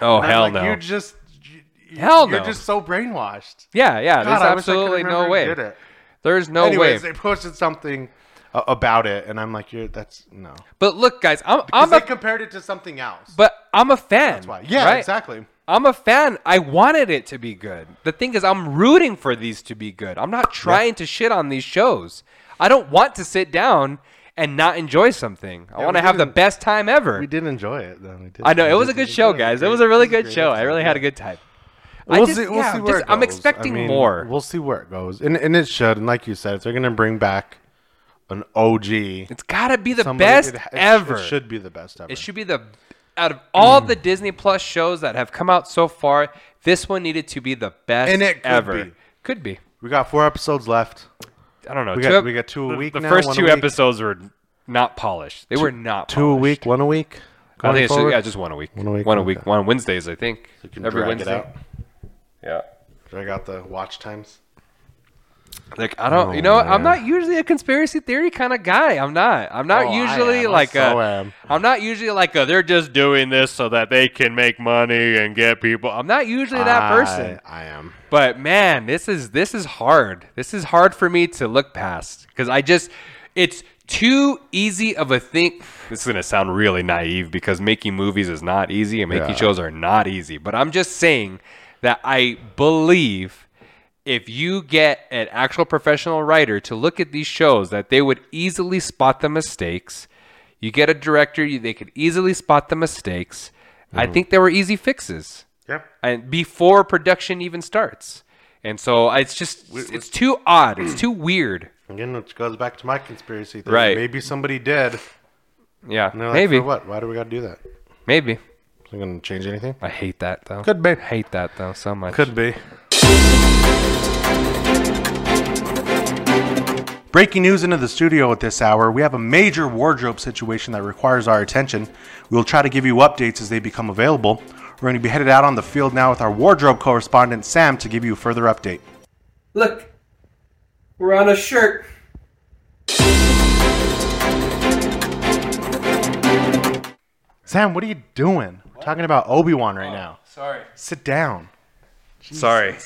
Speaker 1: oh
Speaker 2: And I'm
Speaker 1: hell
Speaker 2: like,
Speaker 1: no,
Speaker 2: You just you-
Speaker 1: Hell
Speaker 2: You're
Speaker 1: no.
Speaker 2: just so brainwashed.
Speaker 1: Yeah, yeah.
Speaker 2: God,
Speaker 1: there's
Speaker 2: I wish I could
Speaker 1: absolutely no
Speaker 2: remember
Speaker 1: way.
Speaker 2: who did it.
Speaker 1: There's no
Speaker 2: Anyways,
Speaker 1: way.
Speaker 2: they posted something uh, about it, and I'm like, "You're that's no."
Speaker 1: But look, guys, I'm,
Speaker 2: Because
Speaker 1: I'm
Speaker 2: they
Speaker 1: a,
Speaker 2: compared it to something else.
Speaker 1: but I'm a fan.
Speaker 2: That's why. Yeah,
Speaker 1: right?
Speaker 2: exactly.
Speaker 1: I'm a fan. I wanted it to be good. The thing is, I'm rooting for these to be good. I'm not trying to shit on these shows. I don't want to sit down and not enjoy something. I want to
Speaker 2: we
Speaker 1: have the
Speaker 2: didn't-
Speaker 1: best time ever.
Speaker 2: We did enjoy it, though. We did,
Speaker 1: I know
Speaker 2: we
Speaker 1: it was a
Speaker 2: did
Speaker 1: good
Speaker 2: enjoy
Speaker 1: show,
Speaker 2: it.
Speaker 1: guys. It
Speaker 2: Great-
Speaker 1: was a really
Speaker 2: great
Speaker 1: good show. I
Speaker 2: episode.
Speaker 1: really had a good time. I
Speaker 2: We'll
Speaker 1: just-
Speaker 2: see. We'll
Speaker 1: yeah,
Speaker 2: see
Speaker 1: I'm
Speaker 2: where
Speaker 1: just-
Speaker 2: it goes.
Speaker 1: I'm expecting
Speaker 2: I mean,
Speaker 1: more.
Speaker 2: We'll see where it goes, and and it should. And like you said, if they're gonna bring back an OG,
Speaker 1: It's gotta be the
Speaker 2: somebody
Speaker 1: best
Speaker 2: could ha- it sh-
Speaker 1: ever.
Speaker 2: It should be the best ever.
Speaker 1: It should be the out of all the Disney Plus shows that have come out so far, this one needed to be the best
Speaker 2: And it could
Speaker 1: ever.
Speaker 2: be.
Speaker 1: Could be.
Speaker 2: we got four episodes left.
Speaker 1: I don't know.
Speaker 2: We
Speaker 1: Two
Speaker 2: got
Speaker 1: ep-
Speaker 2: we got two a
Speaker 1: the-
Speaker 2: week.
Speaker 1: The
Speaker 2: now,
Speaker 1: first
Speaker 2: one a
Speaker 1: two
Speaker 2: week.
Speaker 1: episodes were not polished. They were not
Speaker 2: two a
Speaker 1: polished.
Speaker 2: week, one a week.
Speaker 1: I think it's just,
Speaker 2: forward.
Speaker 1: yeah, just one a week.
Speaker 2: One a week,
Speaker 1: One a
Speaker 2: okay.
Speaker 1: week. One on Wednesdays, I think.
Speaker 2: You can
Speaker 1: Every
Speaker 2: drag it
Speaker 1: Wednesday.
Speaker 2: out.
Speaker 1: Yeah.
Speaker 2: Drag out the watch times.
Speaker 1: Like I don't,
Speaker 2: Oh,
Speaker 1: you know, I'm
Speaker 2: man.
Speaker 1: not usually a conspiracy theory kind of guy. I'm not. I'm not
Speaker 2: Oh, I
Speaker 1: usually
Speaker 2: am. I
Speaker 1: like
Speaker 2: so
Speaker 1: a.
Speaker 2: am.
Speaker 1: am not usually like a. They're just doing this so that they can make money and get people. I'm not usually that person.
Speaker 2: I, I am.
Speaker 1: But man, this is this is hard. This is hard for me to look past because I just it's too easy of a thing. This is gonna sound really naive because making movies is not easy and making
Speaker 2: Yeah.
Speaker 1: shows are not easy. But I'm just saying that I believe if you get an actual professional writer to look at these shows, that they would easily spot the mistakes. You get a director, you, they could easily spot the mistakes. I think there were easy fixes
Speaker 2: Yep.
Speaker 1: and before production even starts. And so I- it's just it's too odd. It's too weird.
Speaker 2: Again, which goes back to my conspiracy theory.
Speaker 1: Right.
Speaker 2: Maybe somebody did.
Speaker 1: Yeah,
Speaker 2: And they're like,
Speaker 1: maybe,
Speaker 2: For what? Why do we got to do that? Is
Speaker 1: maybe.
Speaker 2: it going to change anything?
Speaker 1: I hate that though.
Speaker 2: Could be.
Speaker 1: hate that though so much.
Speaker 2: Could be. Breaking news into the studio at this hour. We have a major wardrobe situation that requires our attention. We'll try to give you updates as they become available. We're going to be headed out on the field now with our wardrobe correspondent, Sam, to give you a further update.
Speaker 3: Look, we're on a shirt.
Speaker 2: Sam, what are you doing? We're talking about Obi Wan right now.
Speaker 1: Sorry,
Speaker 2: Sit down.
Speaker 1: sorry.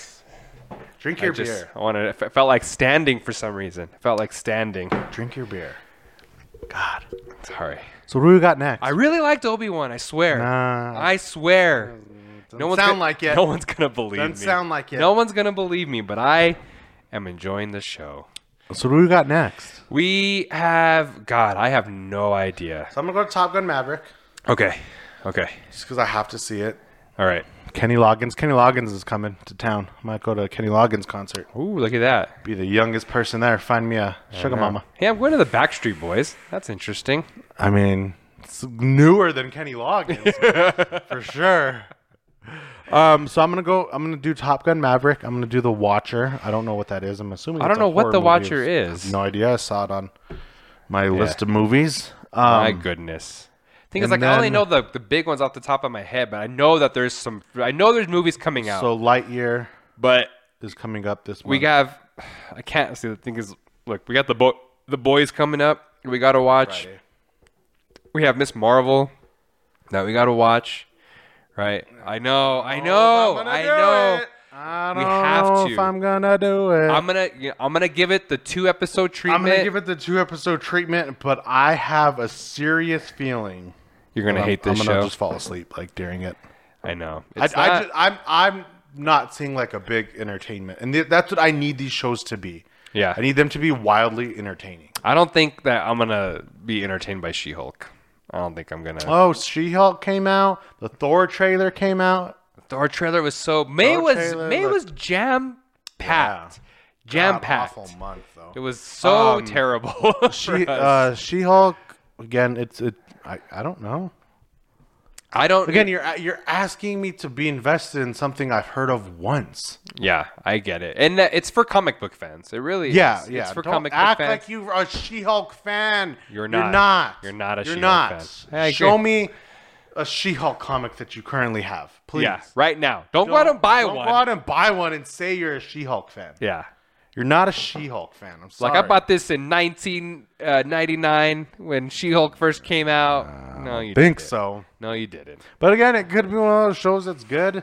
Speaker 2: Drink
Speaker 1: I
Speaker 2: your
Speaker 1: just
Speaker 2: beer.
Speaker 1: I wanted. I fe- felt like standing for some reason. I felt like standing.
Speaker 2: Drink your beer. God.
Speaker 1: Sorry.
Speaker 2: So, what do we got next?
Speaker 1: I really liked Obi Wan. I swear.
Speaker 2: Nah.
Speaker 1: I swear. No one's
Speaker 2: sound
Speaker 1: gonna,
Speaker 2: like it.
Speaker 1: No one's gonna believe
Speaker 2: Doesn't
Speaker 1: me.
Speaker 2: sound like it.
Speaker 1: No one's gonna believe me, but I am enjoying the show.
Speaker 2: so, what do we got next?
Speaker 1: We have God. I have no idea.
Speaker 2: So, I'm going to go to Top Gun Maverick
Speaker 1: Okay. Okay.
Speaker 2: just because I have to see it.
Speaker 1: All right.
Speaker 2: Kenny Loggins. Kenny Loggins is coming to town. I might go to a Kenny Loggins concert.
Speaker 1: Ooh, look at that.
Speaker 2: Be the youngest person there. Find me a sugar mama.
Speaker 1: Hey, I'm going to the Backstreet Boys. That's interesting.
Speaker 2: I mean, it's newer than
Speaker 1: (laughs)
Speaker 2: Kenny Loggins for sure. Um, so I'm gonna go. I'm gonna do Top Gun Maverick. I'm gonna do The Watcher. I don't know what that is. I'm assuming
Speaker 1: I
Speaker 2: it's
Speaker 1: don't
Speaker 2: a
Speaker 1: know what
Speaker 2: horror
Speaker 1: The
Speaker 2: movie.
Speaker 1: Watcher
Speaker 2: I
Speaker 1: is.
Speaker 2: have No idea. I saw it on my list of movies. Um,
Speaker 1: My goodness. Thing is, like
Speaker 2: and
Speaker 1: I only
Speaker 2: then-
Speaker 1: know the, the big ones off the top of my head, but I know that there's some. I know there's movies coming out,
Speaker 2: so um, Lightyear
Speaker 1: but
Speaker 2: is coming up this
Speaker 1: we
Speaker 2: month.
Speaker 1: have. (sighs) I can't see. The thing is, look, we got the bo- the boys coming up. We got to watch.
Speaker 2: Friday.
Speaker 1: We have Miss Marvel. That we got to watch. Right. I know. I
Speaker 2: Oh,
Speaker 1: know.
Speaker 2: if I'm gonna
Speaker 1: I
Speaker 2: do
Speaker 1: know.
Speaker 2: it. I
Speaker 1: We
Speaker 2: don't
Speaker 1: have
Speaker 2: know
Speaker 1: to.
Speaker 2: if I'm gonna do it.
Speaker 1: I'm gonna. you know, I'm gonna give it the two episode treatment.
Speaker 2: I'm gonna give it the two episode treatment, but I have a serious feeling.
Speaker 1: You're gonna
Speaker 2: I'm-
Speaker 1: hate this
Speaker 2: Oh, I'm gonna
Speaker 1: show.
Speaker 2: just fall asleep like during it.
Speaker 1: I know.
Speaker 2: I,
Speaker 1: It's
Speaker 2: I
Speaker 1: not-
Speaker 2: just, I'm I'm not seeing like a big entertainment, and th- that's what I need these shows to be.
Speaker 1: Yeah.
Speaker 2: I need them to be wildly entertaining.
Speaker 1: I don't think that I'm gonna be entertained by She-Hulk. I don't think I'm gonna.
Speaker 2: Oh, She-Hulk came out. The Thor trailer came out.
Speaker 1: Our trailer was so May
Speaker 2: Our
Speaker 1: was
Speaker 2: trailer
Speaker 1: May was
Speaker 2: looked-
Speaker 1: jam packed, jam packed.
Speaker 2: Awful month though.
Speaker 1: It was so
Speaker 2: Um,
Speaker 1: terrible. for
Speaker 2: (laughs) she
Speaker 1: us.
Speaker 2: uh, She-Hulk again. It's it. I, I don't know.
Speaker 1: (laughs) I don't.
Speaker 2: Again, you're a- you're asking me to be invested in something I've heard of once.
Speaker 1: yeah, I get it, and that- it's for comic book fans. It really.
Speaker 2: Yeah,
Speaker 1: is.
Speaker 2: yeah.
Speaker 1: It's for
Speaker 2: Don't
Speaker 1: comic
Speaker 2: act
Speaker 1: book fans.
Speaker 2: like you're a She-Hulk fan.
Speaker 1: You're
Speaker 2: You're
Speaker 1: not.
Speaker 2: not.
Speaker 1: You're not a
Speaker 2: You're
Speaker 1: She-Hulk
Speaker 2: not.
Speaker 1: fan. I agree.
Speaker 2: Show me a She-Hulk comic that you currently have, please.
Speaker 1: yeah, right now. Don't, go out and buy
Speaker 2: don't
Speaker 1: one.
Speaker 2: Go out and buy one and say you're a She-Hulk fan.
Speaker 1: yeah.
Speaker 2: You're not a She-Hulk fan. I'm sorry.
Speaker 1: Like I bought this in 1999 when She-Hulk first came out. no, you
Speaker 2: Think
Speaker 1: didn't.
Speaker 2: so,
Speaker 1: No, you didn't.
Speaker 2: but again, it could be one of those shows that's good.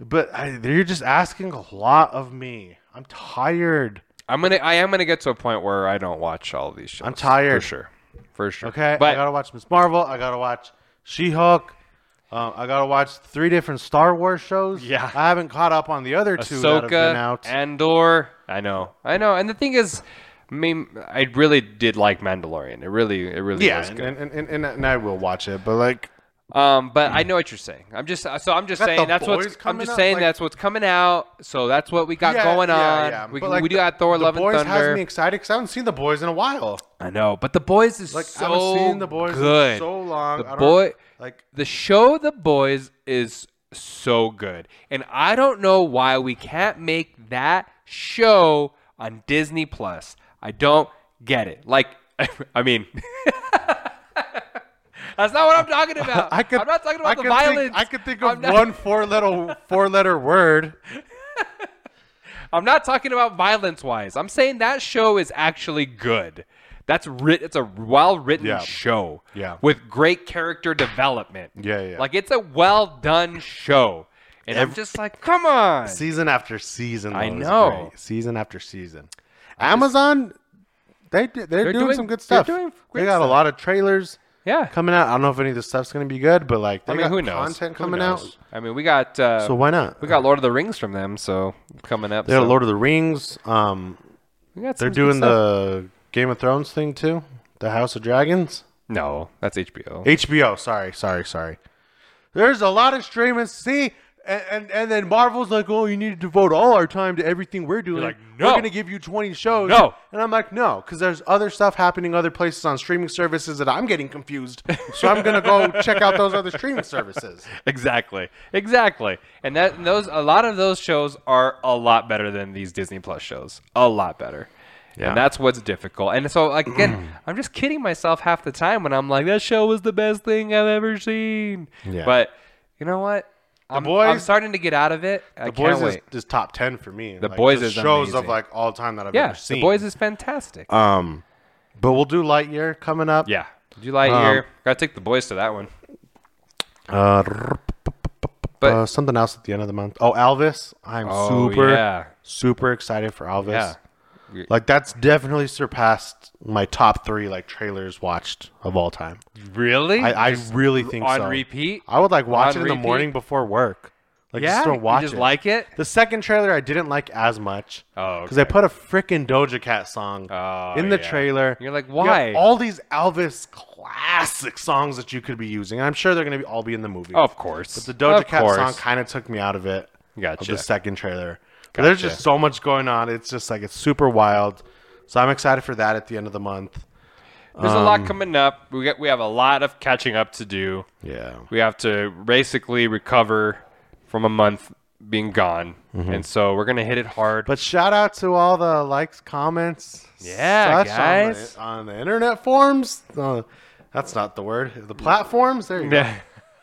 Speaker 2: If But I, you're just asking a lot of me. I'm tired.
Speaker 1: I'm gonna. I am gonna get to a point where I don't watch all these shows.
Speaker 2: I'm tired.
Speaker 1: for sure, for sure.
Speaker 2: Okay, I
Speaker 1: but
Speaker 2: gotta watch Miss Marvel. I gotta watch She-Hulk. Um, I gotta watch three different Star Wars shows.
Speaker 1: Yeah.
Speaker 2: I haven't caught up on the other two that have been
Speaker 1: Ahsoka,
Speaker 2: out.
Speaker 1: Andor. I know, I know. And the thing is, I mean, I really did like Mandalorian. It really, it really
Speaker 2: yeah,
Speaker 1: was
Speaker 2: and,
Speaker 1: good.
Speaker 2: and, and, and, and I will watch it, but like,
Speaker 1: Um, but I know what you're saying. I'm just so I'm just
Speaker 2: Mm. Got the
Speaker 1: saying that's
Speaker 2: boys
Speaker 1: what's I'm
Speaker 2: coming
Speaker 1: just
Speaker 2: up,
Speaker 1: saying
Speaker 2: like-
Speaker 1: that's what's coming out. So that's what we got going on. We,
Speaker 2: But, like,
Speaker 1: we do
Speaker 2: the-
Speaker 1: got Thor:
Speaker 2: the
Speaker 1: Love and
Speaker 2: boys
Speaker 1: Thunder.
Speaker 2: has me excited because I haven't seen the boys in a while.
Speaker 1: I know, but the boys is
Speaker 2: Like
Speaker 1: so
Speaker 2: I haven't seen the boys
Speaker 1: good.
Speaker 2: in so long.
Speaker 1: The
Speaker 2: I don't-
Speaker 1: boy,
Speaker 2: like
Speaker 1: the show, the boys is so good, and I don't know why we can't make that show on Disney Plus. I don't get it. Like, (laughs) I mean. That's not what I'm talking about.
Speaker 2: I could.
Speaker 1: I'm not talking about
Speaker 2: I
Speaker 1: the
Speaker 2: could
Speaker 1: violence.
Speaker 2: Think, I could think
Speaker 1: I'm
Speaker 2: of
Speaker 1: not-
Speaker 2: one four little four letter word.
Speaker 1: I'm not talking about violence wise. I'm saying that show is actually good. That's writ. It's a well written
Speaker 2: Yeah.
Speaker 1: show.
Speaker 2: Yeah.
Speaker 1: With great character development.
Speaker 2: Yeah, yeah.
Speaker 1: Like it's a well done show, and I'm
Speaker 2: Ev-
Speaker 1: just like, come on.
Speaker 2: Season after season.
Speaker 1: I
Speaker 2: though, is
Speaker 1: know.
Speaker 2: great. Season after season. Amazon, they they're, they're doing,
Speaker 1: doing-
Speaker 2: some good
Speaker 1: they're
Speaker 2: stuff.
Speaker 1: doing
Speaker 2: they
Speaker 1: great
Speaker 2: got a
Speaker 1: stuff.
Speaker 2: lot of trailers
Speaker 1: yeah.
Speaker 2: coming out. I don't know if any of this stuff's gonna be good, but like, they
Speaker 1: I mean,
Speaker 2: got
Speaker 1: who knows?
Speaker 2: Content
Speaker 1: Who
Speaker 2: coming
Speaker 1: knows?
Speaker 2: out.
Speaker 1: I mean, we got. Uh,
Speaker 2: So why not?
Speaker 1: we got Lord of the Rings from them, so coming up.
Speaker 2: They got
Speaker 1: so
Speaker 2: Lord of the Rings. Um,
Speaker 1: we got some
Speaker 2: they're
Speaker 1: good
Speaker 2: doing
Speaker 1: stuff.
Speaker 2: the Game of Thrones thing too. The House of Dragons.
Speaker 1: No, that's HBO.
Speaker 2: HBO. Sorry, sorry, sorry. There's a lot of streaming. See, and, and and then Marvel's like, oh, you need to devote all our time to everything we're doing.
Speaker 1: You're like,
Speaker 2: We're
Speaker 1: no.
Speaker 2: gonna give you 20 shows.
Speaker 1: No.
Speaker 2: and I'm like, no, because there's other stuff happening other places on streaming services that I'm getting confused. So I'm
Speaker 1: (laughs)
Speaker 2: gonna go check out those other streaming services.
Speaker 1: Exactly, exactly, and that and those a lot of those shows are a lot better than these Disney Plus shows, a lot better.
Speaker 2: Yeah.
Speaker 1: And that's what's difficult. And so like,
Speaker 2: (clears throat)
Speaker 1: again, I'm just kidding myself half the time when I'm like, that show was the best thing I've ever seen.
Speaker 2: Yeah.
Speaker 1: But you know what? I'm, I'm
Speaker 2: Boys-
Speaker 1: starting to get out of it. I
Speaker 2: The
Speaker 1: can't
Speaker 2: boys
Speaker 1: wait.
Speaker 2: is, is top 10 for me. The
Speaker 1: Boys is
Speaker 2: shows of
Speaker 1: amazing.
Speaker 2: like all time that I've
Speaker 1: yeah,
Speaker 2: ever seen.
Speaker 1: the boys is fantastic.
Speaker 2: um, but we'll do Lightyear coming up.
Speaker 1: yeah, did you like
Speaker 2: um,
Speaker 1: your? Gotta take the boys to that one.
Speaker 2: Uh,
Speaker 1: But-
Speaker 2: uh, something else at the end of the month. Oh, Elvis! I'm
Speaker 1: Oh,
Speaker 2: super,
Speaker 1: yeah.
Speaker 2: super excited for Elvis.
Speaker 1: Yeah.
Speaker 2: Like that's definitely surpassed my top three like trailers watched of all time.
Speaker 1: Really?
Speaker 2: I, I really think
Speaker 1: on
Speaker 2: so.
Speaker 1: repeat?
Speaker 2: I would like watch
Speaker 1: On
Speaker 2: it in the
Speaker 1: repeat?
Speaker 2: morning before work. Like
Speaker 1: yeah,
Speaker 2: just to
Speaker 1: you
Speaker 2: watch
Speaker 1: just
Speaker 2: it.
Speaker 1: like it.
Speaker 2: the second trailer, I didn't like as much.
Speaker 1: Oh,
Speaker 2: because they put a freaking Doja Cat song
Speaker 1: Oh,
Speaker 2: in the
Speaker 1: yeah.
Speaker 2: trailer.
Speaker 1: You're like,
Speaker 2: You got
Speaker 1: why?
Speaker 2: all these Elvis classic songs that you could be using. I'm sure they're gonna be all be in the movie.
Speaker 1: Oh, Of course.
Speaker 2: But the Doja
Speaker 1: Of
Speaker 2: Cat
Speaker 1: course.
Speaker 2: song kind of took me out of it. Of the
Speaker 1: Gotcha.
Speaker 2: second trailer. But there's
Speaker 1: Gotcha.
Speaker 2: just so much going on. It's just like it's super wild. So I'm excited for that at the end of the month.
Speaker 1: There's a
Speaker 2: Um,
Speaker 1: lot coming up. We get, we have a lot of catching up to do.
Speaker 2: Yeah.
Speaker 1: We have to basically recover from a month being gone, and so we're gonna hit it hard.
Speaker 2: Mm-hmm. But shout out to all the likes, comments,
Speaker 1: Yeah,
Speaker 2: such
Speaker 1: guys.
Speaker 2: on the, on the internet forums. Uh, that's not the word. The platforms. There you go.
Speaker 1: (laughs)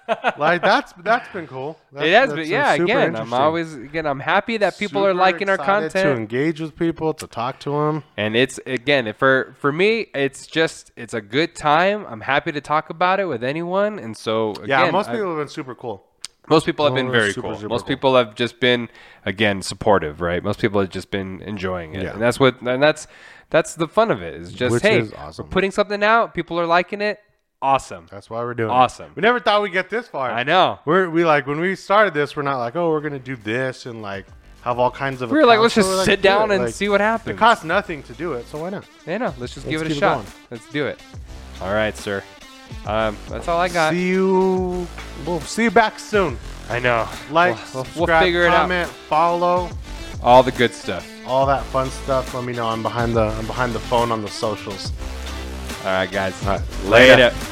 Speaker 1: Yeah.
Speaker 2: like that's that's been
Speaker 1: (laughs)
Speaker 2: cool. That,
Speaker 1: it has
Speaker 2: that's
Speaker 1: been,
Speaker 2: been
Speaker 1: yeah.
Speaker 2: super
Speaker 1: Again, I'm
Speaker 2: interesting.
Speaker 1: always again. I'm happy that people are
Speaker 2: Super
Speaker 1: liking our
Speaker 2: excited to
Speaker 1: content,
Speaker 2: engage with people, to talk to them.
Speaker 1: and it's again for for me, it's just it's a good time. I'm happy to talk about it with anyone, and so again,
Speaker 2: Yeah, most
Speaker 1: I-
Speaker 2: people have been super cool.
Speaker 1: Most people have been
Speaker 2: Oh,
Speaker 1: very
Speaker 2: super,
Speaker 1: cool.
Speaker 2: super
Speaker 1: Most
Speaker 2: cool.
Speaker 1: people have just been again supportive, right? Most people have just been enjoying it,
Speaker 2: Yeah.
Speaker 1: and that's what and that's that's the fun of it. Is just
Speaker 2: Which
Speaker 1: hey,
Speaker 2: is awesome.
Speaker 1: we're putting something out, people are liking it, awesome.
Speaker 2: That's why we're doing it.
Speaker 1: Awesome.
Speaker 2: We never thought we'd get this far.
Speaker 1: I know.
Speaker 2: We're we like when we started this, we're not like, oh, we're gonna do this and like have all kinds of.
Speaker 1: We were like, let's just
Speaker 2: accounts. We're like,
Speaker 1: sit
Speaker 2: do
Speaker 1: down
Speaker 2: it.
Speaker 1: and
Speaker 2: Like,
Speaker 1: see what
Speaker 2: It
Speaker 1: happens.
Speaker 2: costs nothing to do it, so why not?
Speaker 1: I know. Let's just give it
Speaker 2: Let's
Speaker 1: a
Speaker 2: keep it
Speaker 1: shot.
Speaker 2: going.
Speaker 1: Let's do it. All right, sir. Um, that's all I got.
Speaker 2: See you. We'll see you back soon.
Speaker 1: I know. We'll-
Speaker 2: Like,
Speaker 1: we'll,
Speaker 2: subscribe,
Speaker 1: we'll figure it out.
Speaker 2: comment, follow,
Speaker 1: All the good stuff.
Speaker 2: all that fun stuff. Let me know. I'm behind the I'm behind the phone on the socials.
Speaker 1: All right, guys.
Speaker 2: All right.
Speaker 1: Later.
Speaker 2: Later.